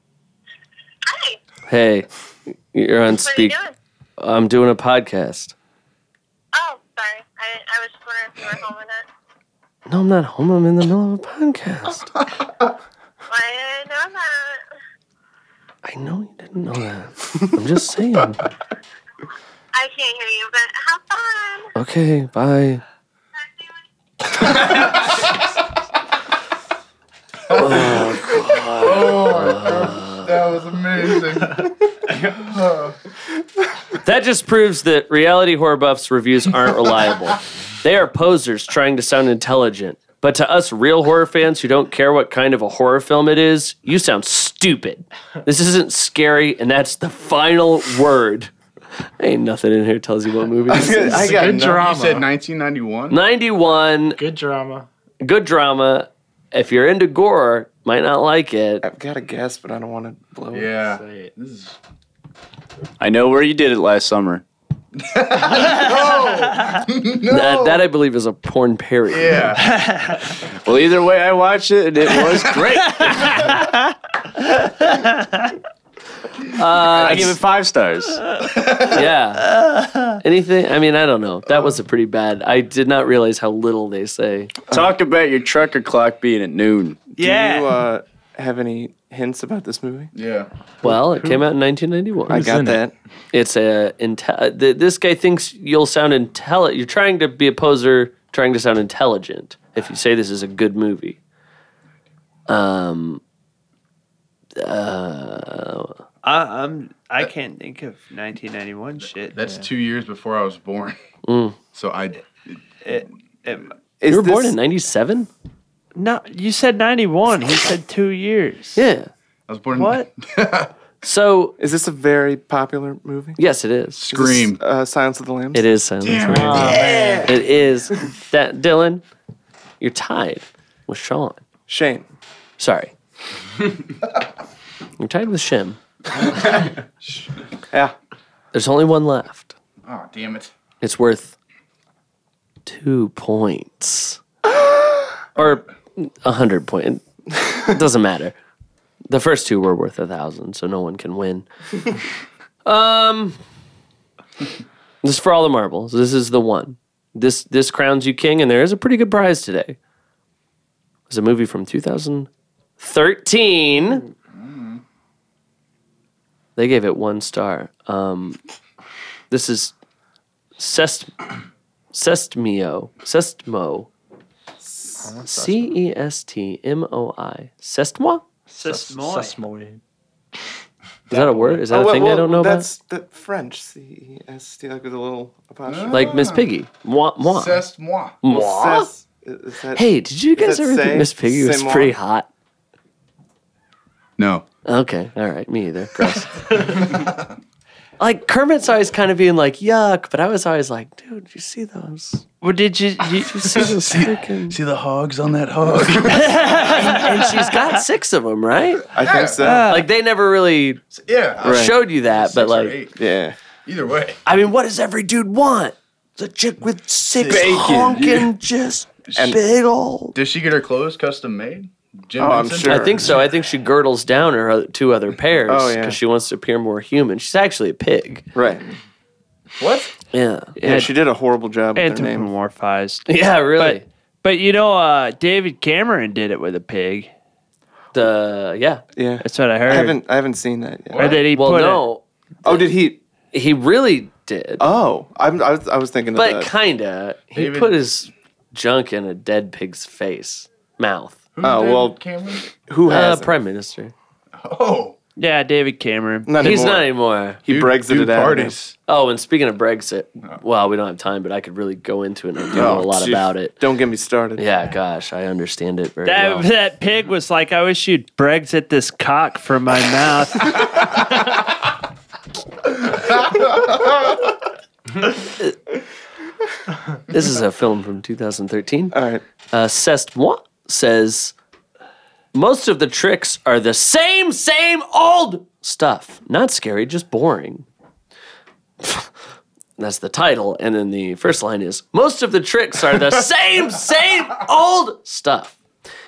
G: Hi.
A: Hey, you're on
G: What are you
A: speak.
G: doing?
A: I'm doing a podcast.
G: Oh, sorry. I, didn't- I was just wondering if you were home or not.
A: No, I'm not home. I'm in the middle of a podcast.
G: Why did I know that?
A: I know you didn't know that. I'm just saying.
G: I can't hear you, but have fun.
A: Okay, bye.
D: that was amazing.
A: That just proves that reality horror buffs reviews aren't reliable. they are posers trying to sound intelligent. But to us real horror fans who don't care what kind of a horror film it is, you sound stupid. This isn't scary, and that's the final word. Ain't nothing in here tells you what movie this is.
C: I got
F: Good
C: no-
D: You
F: drama.
D: said 1991?
A: 91,
F: Good drama.
A: good drama. If you're into gore, might not like it.
C: I've got a guess, but I don't want to blow it.
D: Yeah.
F: This is
E: I know where you did it last summer.
A: That, that I believe is a porn parody.
D: Yeah.
E: Well, either way, I watched it and it was great. Uh, I give it five stars.
A: yeah. Anything? I mean, I don't know. That was a pretty bad. I did not realize how little they say.
E: Talk about your trucker clock being at noon.
B: yeah,
C: Do you uh, have any hints about this movie?
D: Yeah.
A: Well, it came out in 1991.
C: I
F: in
C: got
F: it?
C: that.
A: It's a inte- uh, th- this guy thinks you'll sound intelligent. You're trying to be a poser, trying to sound intelligent. If you say this is a good movie,
B: I, I'm I can't think of 1991 shit.
D: That's two years before I was born. So I.
B: Am-
C: Is
A: you were born
C: this-
A: in '97.
B: no, you said 91. He said two years.
A: Yeah.
D: I was born.
B: What?
A: So
C: Is this a very popular movie?
A: yes, it is.
C: Is this,
D: Scream.
C: Uh, Silence of the Lambs.
A: It is Silence of the Lambs. It is that Dylan. You're tied with Sean.
C: Shame.
A: Sorry. You're tied with Shim.
C: Yeah.
A: There's only one left.
D: Oh, damn it.
A: It's worth two points. or a hundred point. It doesn't matter. The first two were worth a thousand, so no one can win. um This is for all the marbles. This is the one. This this crowns you king, and there is a pretty good prize today. It's a movie from 2013. They gave it one star. Um, this is Sest Sestmio. Sestmo. C E S T M O I. Sestmo?
F: Sesmoid.
A: Is that a word? Is that a
C: Oh, well,
A: thing I
C: well,
A: don't know about?
C: that's the French. C E S T, like with a little apostrophe.
A: Like Miss Piggy. Moi. moi.
D: Cest moi.
A: moi.
C: Says- is that-
A: Hey, did you guys
C: that
A: ever
C: say-
A: think Miss Piggy was
C: say moi?
A: pretty hot?
D: No.
A: Okay, all right, me either. Gross. like Kermit's always kind of being like, "Yuck," but I was always like, "Dude, you see those?
B: Well, did you? you
A: You see those freaking?"
D: See the hogs on that hog?
A: And she's got six of them, right?
C: I think so.
D: uh,
A: Like they never really
D: yeah. I was six
A: showed you that,
D: or
A: but like,
D: eight.
C: yeah.
D: Either way.
A: I mean, what does every dude want? The chick with six
D: Bacon,
A: honking, just big old.
D: Did she get her clothes custom made? Jim
C: Oh, I'm
D: Henson?
C: sure.
A: I think so. I think she girdles down her other, two other pairs
C: Oh,
A: because
C: yeah.
A: she wants to appear more human. She's actually a pig.
C: Right.
D: What?
A: Yeah.
C: Yeah, she did a horrible job with her name.
B: anthropomorphized.
A: Yeah, really.
B: But you know, uh, David Cameron did it with a pig.
A: the yeah.
C: Yeah,
B: That's what I heard.
C: I haven't I haven't seen that yet.
B: or that he
A: Well,
B: put
A: no,
C: Oh, did he?
A: he really did,
C: Oh, I'm, I was I was thinking of
A: but
C: that.
A: kinda. He
D: David-
A: put his junk in a dead pig's face, mouth.
C: Oh well,
D: Cameron.
C: who
A: Uh,
C: has?
A: Prime Minister.
D: Oh,
B: it. Yeah, David Cameron.
C: not
A: He's
C: anymore.
A: not anymore.
C: He
D: dude-
C: Brexited
D: dude
C: out.
D: parties.
A: Oh, and speaking of Brexit, well, we don't have time, but I could really go into it and I do know a lot
C: Gee,
A: about it.
C: Don't get me started.
A: Yeah, gosh, I understand it very
B: That,
A: well.
B: that pig was like, I wish you'd Brexit this cock from my mouth.
A: This is a film from 2013.
C: All right.
A: Uh, C'est moi says most of the tricks are the same, same old stuff. Not scary, just boring. That's the title, and then the first line is most of the tricks are the same, same old stuff.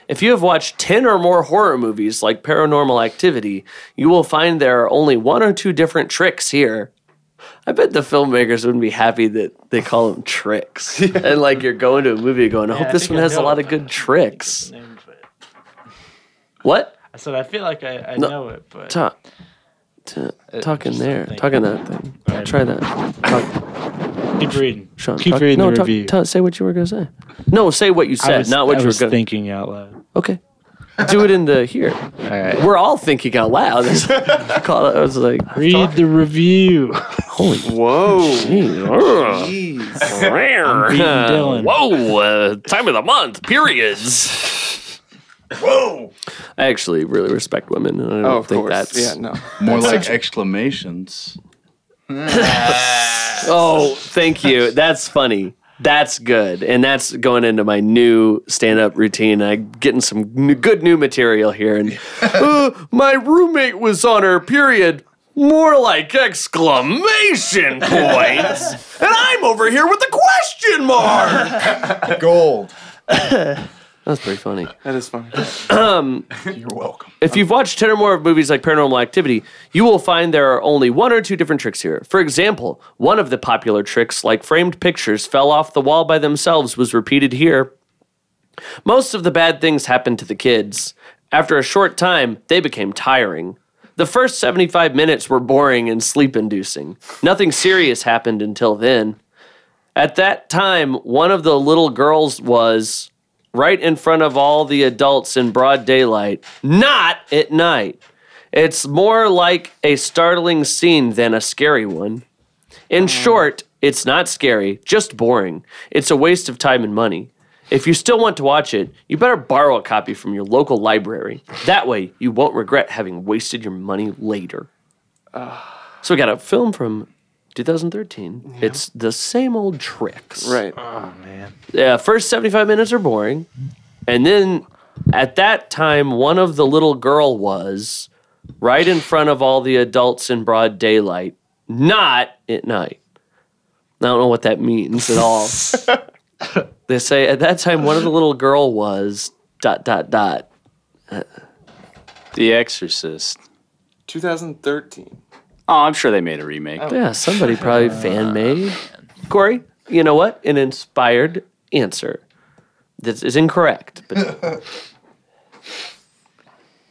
A: If you have watched 10 or more horror movies like Paranormal Activity, you will find there are only one or two different tricks here. I bet the filmmakers wouldn't be happy that they call them tricks. And like you're going to a movie and going, I hope
F: I
A: this
F: think
A: one
F: I
A: has a
F: know
A: lot
F: it.
A: of good tricks.
F: Name for it.
A: What?
F: I said I feel like I, I
A: No.
F: know it, but
A: Talk. T- talk in
F: Uh, just
A: there.
F: something.
A: Talk in that thing. Try that. Talk,
F: keep reading.
A: Sean.
F: keep
A: talk-
F: reading
A: no,
F: the
A: talk,
F: review.
A: ta- say what you were going to say. No, say what you said,
F: I was,
A: not what
F: I
A: you were
F: was
A: going to
F: thinking out loud.
A: Okay. Do it in the here.
F: All right.
A: We're all thinking out loud. Call it- I was like,
F: Read the review.
A: holy
C: Whoa.
A: Jeez.
C: Jeez.
F: Beating Dylan.
A: "Hmm, Whoa, uh, time of the month, periods. Whoa. I actually really respect women. And I don't
C: Oh, of
A: think
C: course.
A: that's.
C: Yeah, no.
D: more like exclamations.
A: Oh, thank you. That's funny. That's good. And that's going into my new stand up routine. I'm getting some n- good new material here. And uh, my roommate was on her period. More like exclamation points. and I'm over here with a question mark.
D: Gold.
A: That's pretty funny.
C: That is funny.
D: You're welcome.
A: If you've watched 10 or more of movies like Paranormal Activity, you will find there are only one or two different tricks here. For example, one of the popular tricks, like framed pictures fell off the wall by themselves, was repeated here. Most of the bad things happened to the kids. After a short time, they became tiring. The first 75 minutes were boring and sleep inducing. Nothing serious happened until then. At that time, one of the little girls was right in front of all the adults in broad daylight, not at night. It's more like a startling scene than a scary one. In short, it's not scary, just boring. It's a waste of time and money. If you still want to watch it, you better borrow a copy from your local library. That way, you won't regret having wasted your money later. So, we got a film from 2013. It's the same old tricks.
C: Right.
A: Yeah, first 75 minutes are boring. And then at that time, one of the little girl was right in front of all the adults in broad daylight, not at night. I don't know what that means at all. they say at that time, one of the little girl was dot, dot, dot.
E: The Exorcist.
C: 2013.
E: Oh, I'm sure they made a remake.
C: Oh.
A: Yeah, somebody probably fan made. Corey, you know what? An inspired answer. This is incorrect, but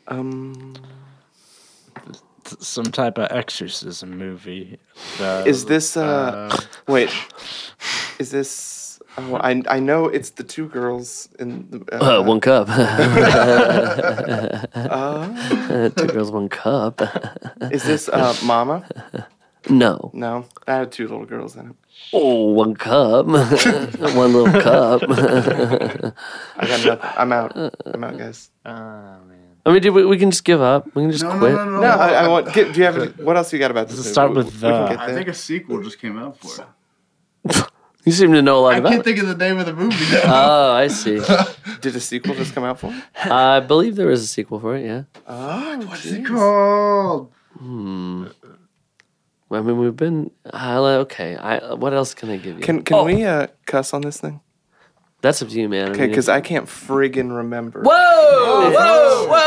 F: Um, Some type of exorcism movie.
C: Is this uh, wait? Is this? Oh, I I know it's the two girls in the.
A: uh,
C: Uh,
A: one cup.
C: Uh.
A: Two girls, one cup.
C: is this uh, Mama?
A: No.
C: No, I had two little girls in it.
A: Oh, one cup. one little cup.
C: I got nothing. I'm out. I'm out, guys.
A: I mean, dude, we, we can just give up. We can just quit.
C: No, I, I want. Get, do you have? Any, what else you got about this?
F: Let's
C: movie?
F: start
C: We-
F: with
C: we
F: the-
C: can get
D: I
C: there.
D: think a sequel just came out for it.
A: You seem to know a lot
D: I
A: about
D: can't
A: it.
D: think of the name of the movie now.
C: Uh,
A: Oh, I see.
C: Did a sequel just come out for? it?
A: I believe there was a sequel for it, yeah.
D: What's it called?
A: I mean, we've been. Uh, okay, I, what else can I give you?
C: Can Can we uh, cuss on this thing?
A: That's up to you, man. I
C: Okay,
A: mean,
C: because I can't friggin' remember.
A: Whoa!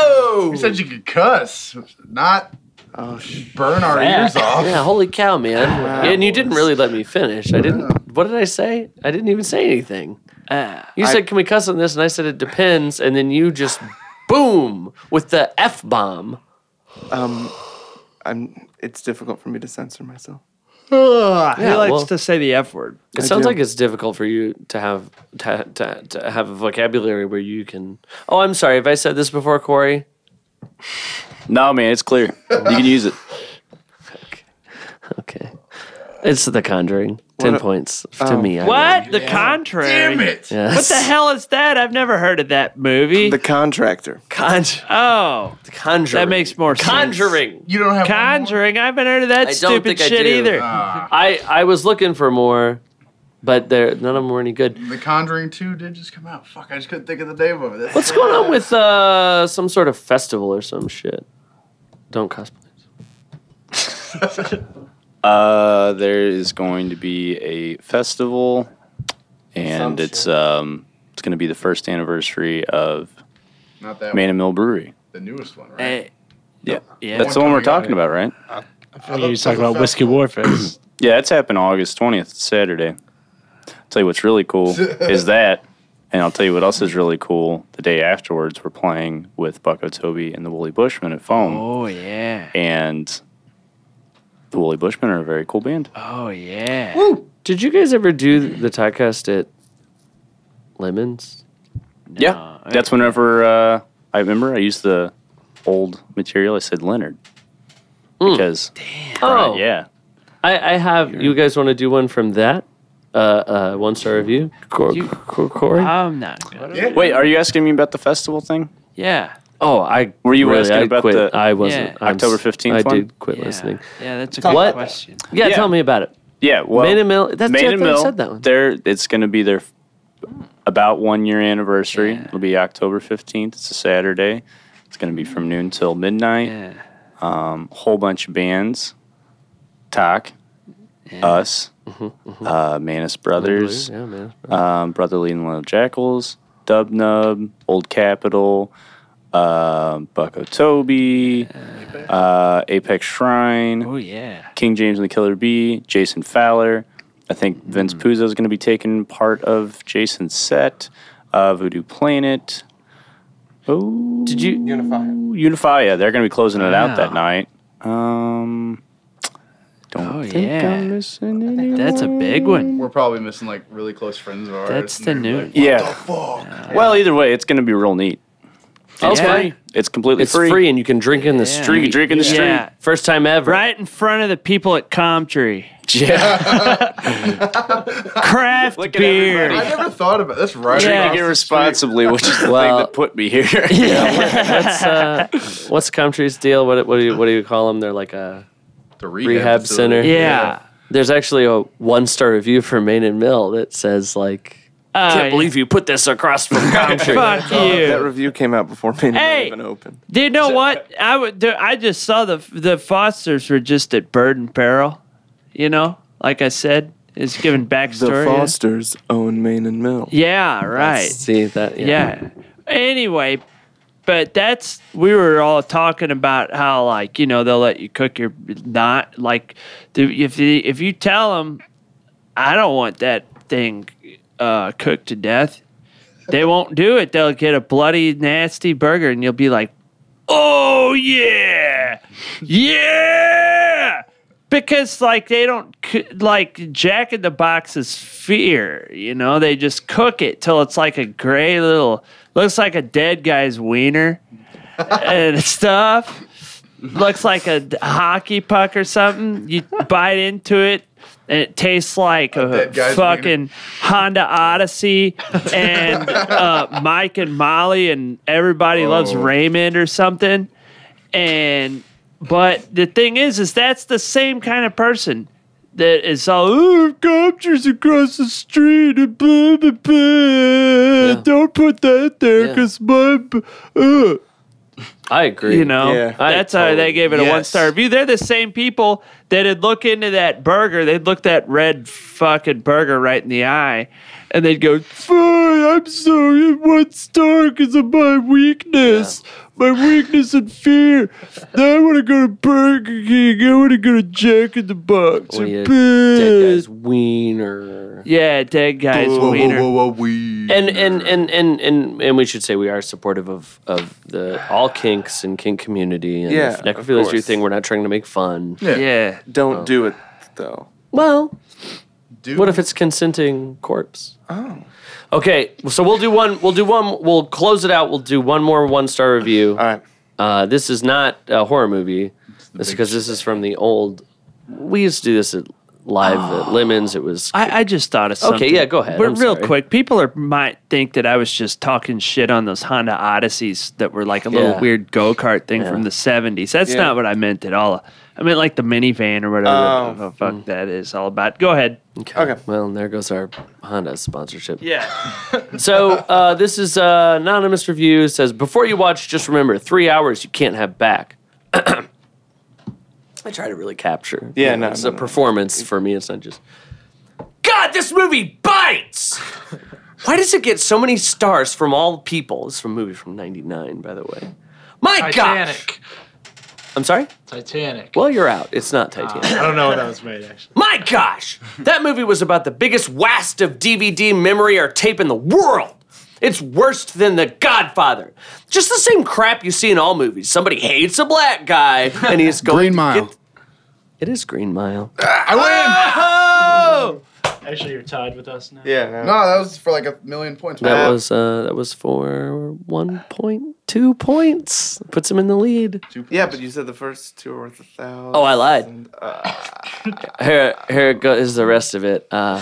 A: Whoa!
D: You said you could cuss. Not
C: Oh, sh-
D: Burn our ears off.
A: Yeah, holy cow, man. And you didn't really let me finish. I didn't. What did I say? I didn't even say anything.
B: Uh,
A: you said, "Can we cuss on this?" And I said, "It depends." And then you just boom with the f bomb.
C: um, I'm. It's difficult for me to censor myself.
B: he likes to say the F word.
A: It
C: I
A: sounds
C: do.
A: like it's difficult for you to have to, to, to have a vocabulary where you can. Oh, I'm sorry. Have I said this before, Corey?
E: No, man, it's clear. You can use it.
A: Okay, it's The Conjuring. Ten
C: What a-
A: points to
C: oh.
A: me. I
B: What? The contrary.
D: Damn it.
A: Yes.
B: What the hell is that? I've never heard of that movie.
C: The contractor.
A: Con-
B: oh,
A: conjuring.
B: that makes more sense.
A: conjuring.
D: You don't have one more?
B: Conjuring. I haven't heard of that
A: don't
B: stupid
A: think I
B: shit
A: do.
B: either.
D: Ah,
A: I I was looking for more, but there none of them were any good.
D: the Conjuring 2 did just come out. Fuck, I just couldn't think of the name of it. That's
A: What's going on with uh some sort of festival or some shit? Don't cosplay.
E: Uh, there is going to be a festival, and
C: Some
E: it's
C: shit.
E: um, it's going to be the first anniversary of
D: Not that
E: Man and Mill Brewery.
D: one. The newest one, right?
B: Eh,
E: Yeah,
B: yeah.
E: that's the one we're talking about, right?
F: I thought you were talking about Whiskey Warfest.
E: Yeah, it's happened August twentieth, Saturday. I'll tell you what's really cool is that, and I'll tell you what else is really cool. The day afterwards, we're playing with Bucko Toby and the Woolly Bushmen at Foam,
B: oh yeah.
E: and the Woolly Bushmen are a very cool band.
B: Oh yeah.
A: Did you guys ever do the podcast at Lemons?
E: Yeah, that's whenever uh, I remember I used the old material. I said Leonard because
A: Oh
E: yeah,
A: I, I have. You guys want to do one from that? Uh, uh, one star review. Cor-
B: You-
A: Cor- Corey.
B: I'm not good.
D: Yeah.
E: Wait, uh, are you asking me about the festival thing?
B: Yeah.
A: oh, I
E: Were you
A: really,
E: asking
A: I
E: about
A: quit.
E: the
A: I wasn't.
B: Yeah.
A: I'm s-
E: October 15th
A: I
E: one?
A: did quit
B: yeah.
A: listening.
B: Yeah, that's a good
A: What?
B: question.
A: Yeah,
E: Yeah.
A: tell me about it.
E: Yeah, well,
A: Main and Mill- that's-
E: Main
A: I
E: and
A: thought you
E: Mill,
A: said that one.
E: They're, it's going to be their f- about one year anniversary. It'll be October fifteenth. It's a Saturday. It's going to be from noon till midnight.
B: Yeah.
E: Um, whole bunch of bands, Talk, Us,
A: Mm-hmm,
E: Uh, Manus Brothers,
A: Yeah, man.
E: um, Brotherly and Little Jackals, Dub Nub, Old Capital, um Bucko Toby, uh, Apex Shrine,
B: Oh yeah.
E: King James and the Killer Bee, Jason Fowler. I think Vince
B: Hmm.
E: Puzo is going to be taking part of Jason's set, uh, Voodoo Planet. Oh,
A: Did you?
C: Unify.
E: Unify, yeah, they're going to be closing it out that
B: Wow.
E: night. Um, don't
B: Oh,
E: think
B: yeah.
E: I'm missing anyone.
B: That's a big one.
D: We're probably missing like really close friends of ours.
B: That's
D: and
B: the
D: they're
B: new-
D: Like,
E: Yeah.
D: Fuck.
E: Well, either way, it's going to be real neat.
A: It's
B: Yeah.
A: free.
E: It's completely
A: It's free. and you can drink in the
B: Yeah.
A: street.
E: You can drink in the
B: Yeah.
E: street.
A: First time ever.
B: Right in front of the people at Comtree.
E: Yeah.
B: Craft
E: Look at
B: beer.
E: everybody.
D: I never thought about that's right.
B: Yeah.
D: across
E: Drinking
D: the
E: responsibly, which is the
A: Well-
E: thing that put me here.
A: What's uh, what's Comtree's deal? What what do you what do you call them? They're like a.
D: street. The
A: Rehab
D: facility.
A: center.
B: Yeah.
A: There's actually a one star review for Main and Mill that says like
B: I
A: can't believe you put this across from Comtree.
B: Oh, Fuck
C: That
B: you.
C: review came out before me
B: Hey!
C: even opened.
B: Do you know what? I would. do- I just saw the the Fosters were just at Bird and Barrel. You know, like I said, it's giving
C: The
B: backstory.
C: Fosters own Main and Mill.
B: yeah. Right.
A: See that?
B: yeah. Anyway, but that's we were all talking about how like you know they'll let you cook your not like do- if you, if you tell them I don't want that thing uh, cooked to death, they won't do it. They'll get a bloody nasty burger, and you'll be like, oh yeah, yeah. Because like they don't c- like Jack in the Box is fear, you know. They just cook it till it's like a gray little, looks like a dead guy's wiener and stuff. Looks like a d- hockey puck or something. You bite into it, and it tastes like a,
D: dead guy's
B: fucking Honda Odyssey and uh, Mike and Molly and everybody loves
D: Oh.
B: Raymond or something. And but the thing is, is that's the same kind of person that is all oh, Comtree's across the street and blah blah blah. Don't put that there
A: Yeah.
B: because my b- uh.
A: I agree.
B: you know
C: Yeah.
A: I
B: that's how they
A: totally-
B: gave it a
D: yes.
B: one star review. They're the same people that'd look into that burger, they'd look that red fucking burger right in the eye, and they'd go, "Fine, I'm sorry, one star because of my weakness, my weakness and fear. Now I want to go to Burger King. I want to go to Jack in the Box.
A: Well,
B: I'm
A: yeah, dead
B: pissed."
A: guy's wiener.
B: Yeah, dead guy's
D: whoa, whoa,
B: wiener.
D: whoa, whoa, we.
A: And and, and and and and we should say we are supportive of of the all kinks and kink community. And
C: Yeah,
A: if necrophilia's
C: of
A: your
C: course.
A: thing, we're not trying to make fun.
B: Yeah.
C: Don't do it though.
A: Well,
D: Dude.
A: what if it's consenting corpse? Oh. Okay, so we'll do one. We'll do one. We'll close it out. We'll do one more one star review.
C: All right.
A: Uh, this is not a horror movie. This
D: big
A: because this is from the old. We used to do this at live at Lemons. It was
B: I, I just thought of
A: Okay,
B: something.
A: yeah, go ahead.
B: But
A: I'm
B: real
A: sorry.
B: quick, people are might think that I was just talking shit on those Honda Odysseys that were like a little
A: Yeah.
B: weird go kart thing from
A: Yeah.
B: the seventies. That's
C: Yeah.
B: not what I meant at all. I meant like the minivan or whatever
C: Oh.
B: the fuck
A: Mm.
B: that is all about. Go ahead.
C: Okay.
A: Well, and there goes our Honda sponsorship.
B: Yeah.
A: So uh, this is uh, anonymous review It says before you watch, just remember three hours you can't have back. I try to really capture.
C: Yeah, no,
A: it's
C: no,
A: a
C: no.
A: performance for me. It's not just. God, this movie bites. Why does it get so many stars from all people? This is from a movie from '99, by the way. My gosh.
F: Titanic.
A: I'm sorry.
F: Titanic.
A: Well, you're out. It's not Titanic.
F: I don't know when that was made actually.
A: My gosh, that movie was about the biggest waste of DVD memory or tape in the world. It's worse than The Godfather. Just the same crap you see in all movies. Somebody hates a black guy, and he's going.
D: Green
A: to
D: Mile.
A: get- it is Green Mile.
D: I win!
F: Actually, you're tied with us now.
C: Yeah. No.
D: No, that was for like a million points. Ah.
A: That
C: Uh,
A: was uh, that was for one point two points. Puts him in the lead.
C: Yeah, but you said the first two were worth a thousand.
A: Oh, I lied. here, here it goes. Is the rest of it? Uh,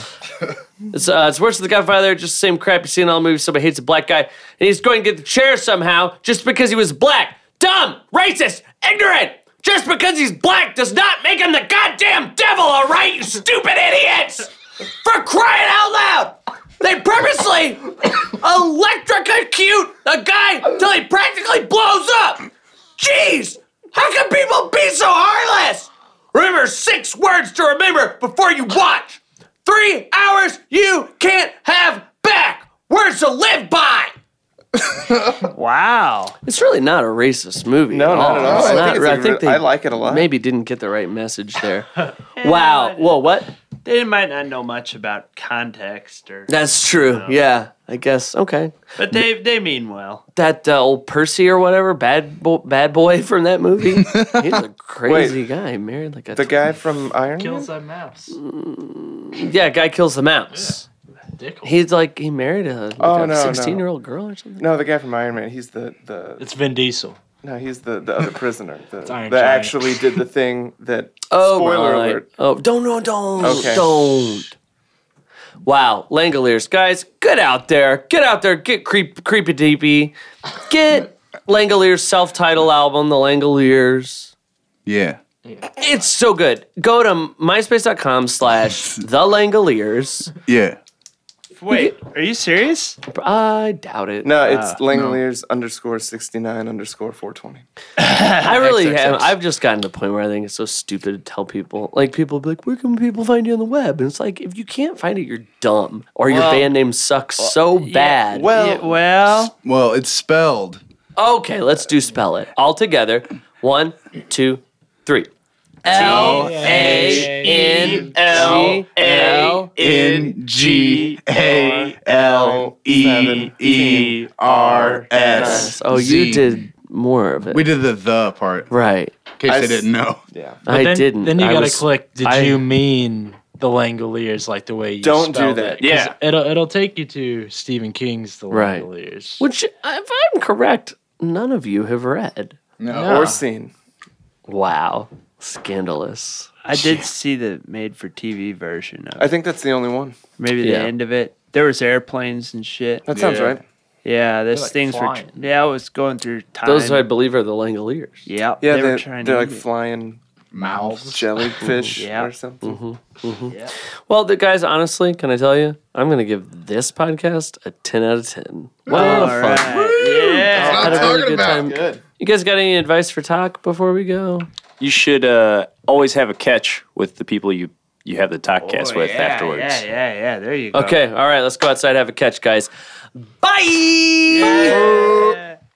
A: it's uh, it's worse than the Godfather. Just the same crap you see in all movies. Somebody hates a black guy, and he's going to get the chair somehow just because he was black. Dumb, racist, ignorant. Just because he's black does not make him the goddamn devil. All right, you stupid idiots! For crying out loud! They purposely electrocute a guy till he practically blows up. Jeez! How can people be so heartless? Remember six words to remember before you watch. Three hours you can't have back. Words to live by.
B: Wow.
A: It's really not a racist movie.
C: No,
A: at all.
C: not at all.
A: It's
C: I
A: not-
C: think it's a
A: I think
C: re-
A: they
C: I like it a lot.
A: Maybe didn't get the right message there. wow. Whoa, what?
B: They might not know much about context or
A: That's true. Yeah, I guess. Okay.
B: but they they mean well.
A: That uh, old Percy or whatever, bad bo- bad boy from that movie. He's a crazy guy. Married like a
C: The guy from Iron Man.
F: Kills that mouse.
A: yeah, guy kills the mouse.
F: Dickle.
A: He's like he married a
C: Oh, no, no.
A: sixteen year old girl or something.
C: No, the guy from Iron Man. He's the the
F: It's Vin Diesel.
C: no, he's the the other prisoner. The, that
F: Iron Giant.
C: actually did the thing that.
A: Oh,
C: spoiler
A: my.
C: alert.
A: Oh, don't, no, don't,
C: Okay.
A: don't. Wow, Langoliers, guys, get out there, get out there, get creep, creepy deepy, get Langoliers' self-titled album, The Langoliers.
D: Yeah.
A: It's so good. Go to myspace.com/slash The Langoliers.
D: Yeah.
B: Wait, are you serious?
A: I doubt it.
C: No, it's Langoliers underscore sixty nine underscore four twenty.
A: I really have. I've just gotten to the point where I think it's so stupid to tell people. Like people be like, "Where can people find you on the web?" And it's like, if you can't find it, you're dumb, or your
B: Well,
A: band name sucks so bad.
C: Well,
B: Yeah, well,
D: Well, it's spelled.
A: Okay, let's do spell it all together. One, two, three. L A N L L.
D: N G A L E E R S.
A: Oh,
D: Z.
A: you did more of it.
D: We did the the part
A: right.
D: in case
C: I
D: they
C: s-
D: didn't know.
C: yeah.
A: I
F: then,
A: didn't.
F: Then you
A: I
F: gotta
A: was-
F: click. Did
A: I-
F: you mean the Langoliers like the way you
C: Don't do
F: spelled
C: that.
F: it? 'Cause
E: Yeah.
F: it'll it'll take you to Stephen King's The
A: Right.
F: Langoliers.
A: Which, if I'm correct, none of you have read.
D: No.
C: Or scene.
A: Wow, scandalous.
B: I did see the made-for-TV version of
C: I
B: it.
C: think that's the only one.
B: maybe the
A: Yeah.
B: end of it. There was airplanes and shit.
C: That sounds
D: Yeah.
C: right.
B: Yeah, those
F: like,
B: things
F: flying.
B: were. Yeah, I was going through time.
A: Those, I believe, are the Langoliers.
B: yeah,
C: Yeah,
B: they
C: they
B: were
C: are
B: trying
C: they're
B: to
C: like
B: eat it.
C: flying
D: Mouths.
C: jellyfish
B: Yeah.
C: or something.
A: Well, the guys, honestly, can I tell you? I'm going to give this podcast a 10 out of 10. What a
B: All
A: fun.
B: right. Yeah.
A: Had a really
D: talking
A: good
D: about.
A: time.
C: Good.
A: You guys got any advice for talk before we go?
E: You should uh, always have a catch with the people you you have the talk cast with
B: Oh, yeah,
E: afterwards.
B: Yeah, yeah, yeah. There you go.
A: Okay, all right, let's go outside have a catch, guys. Bye.
B: Yeah.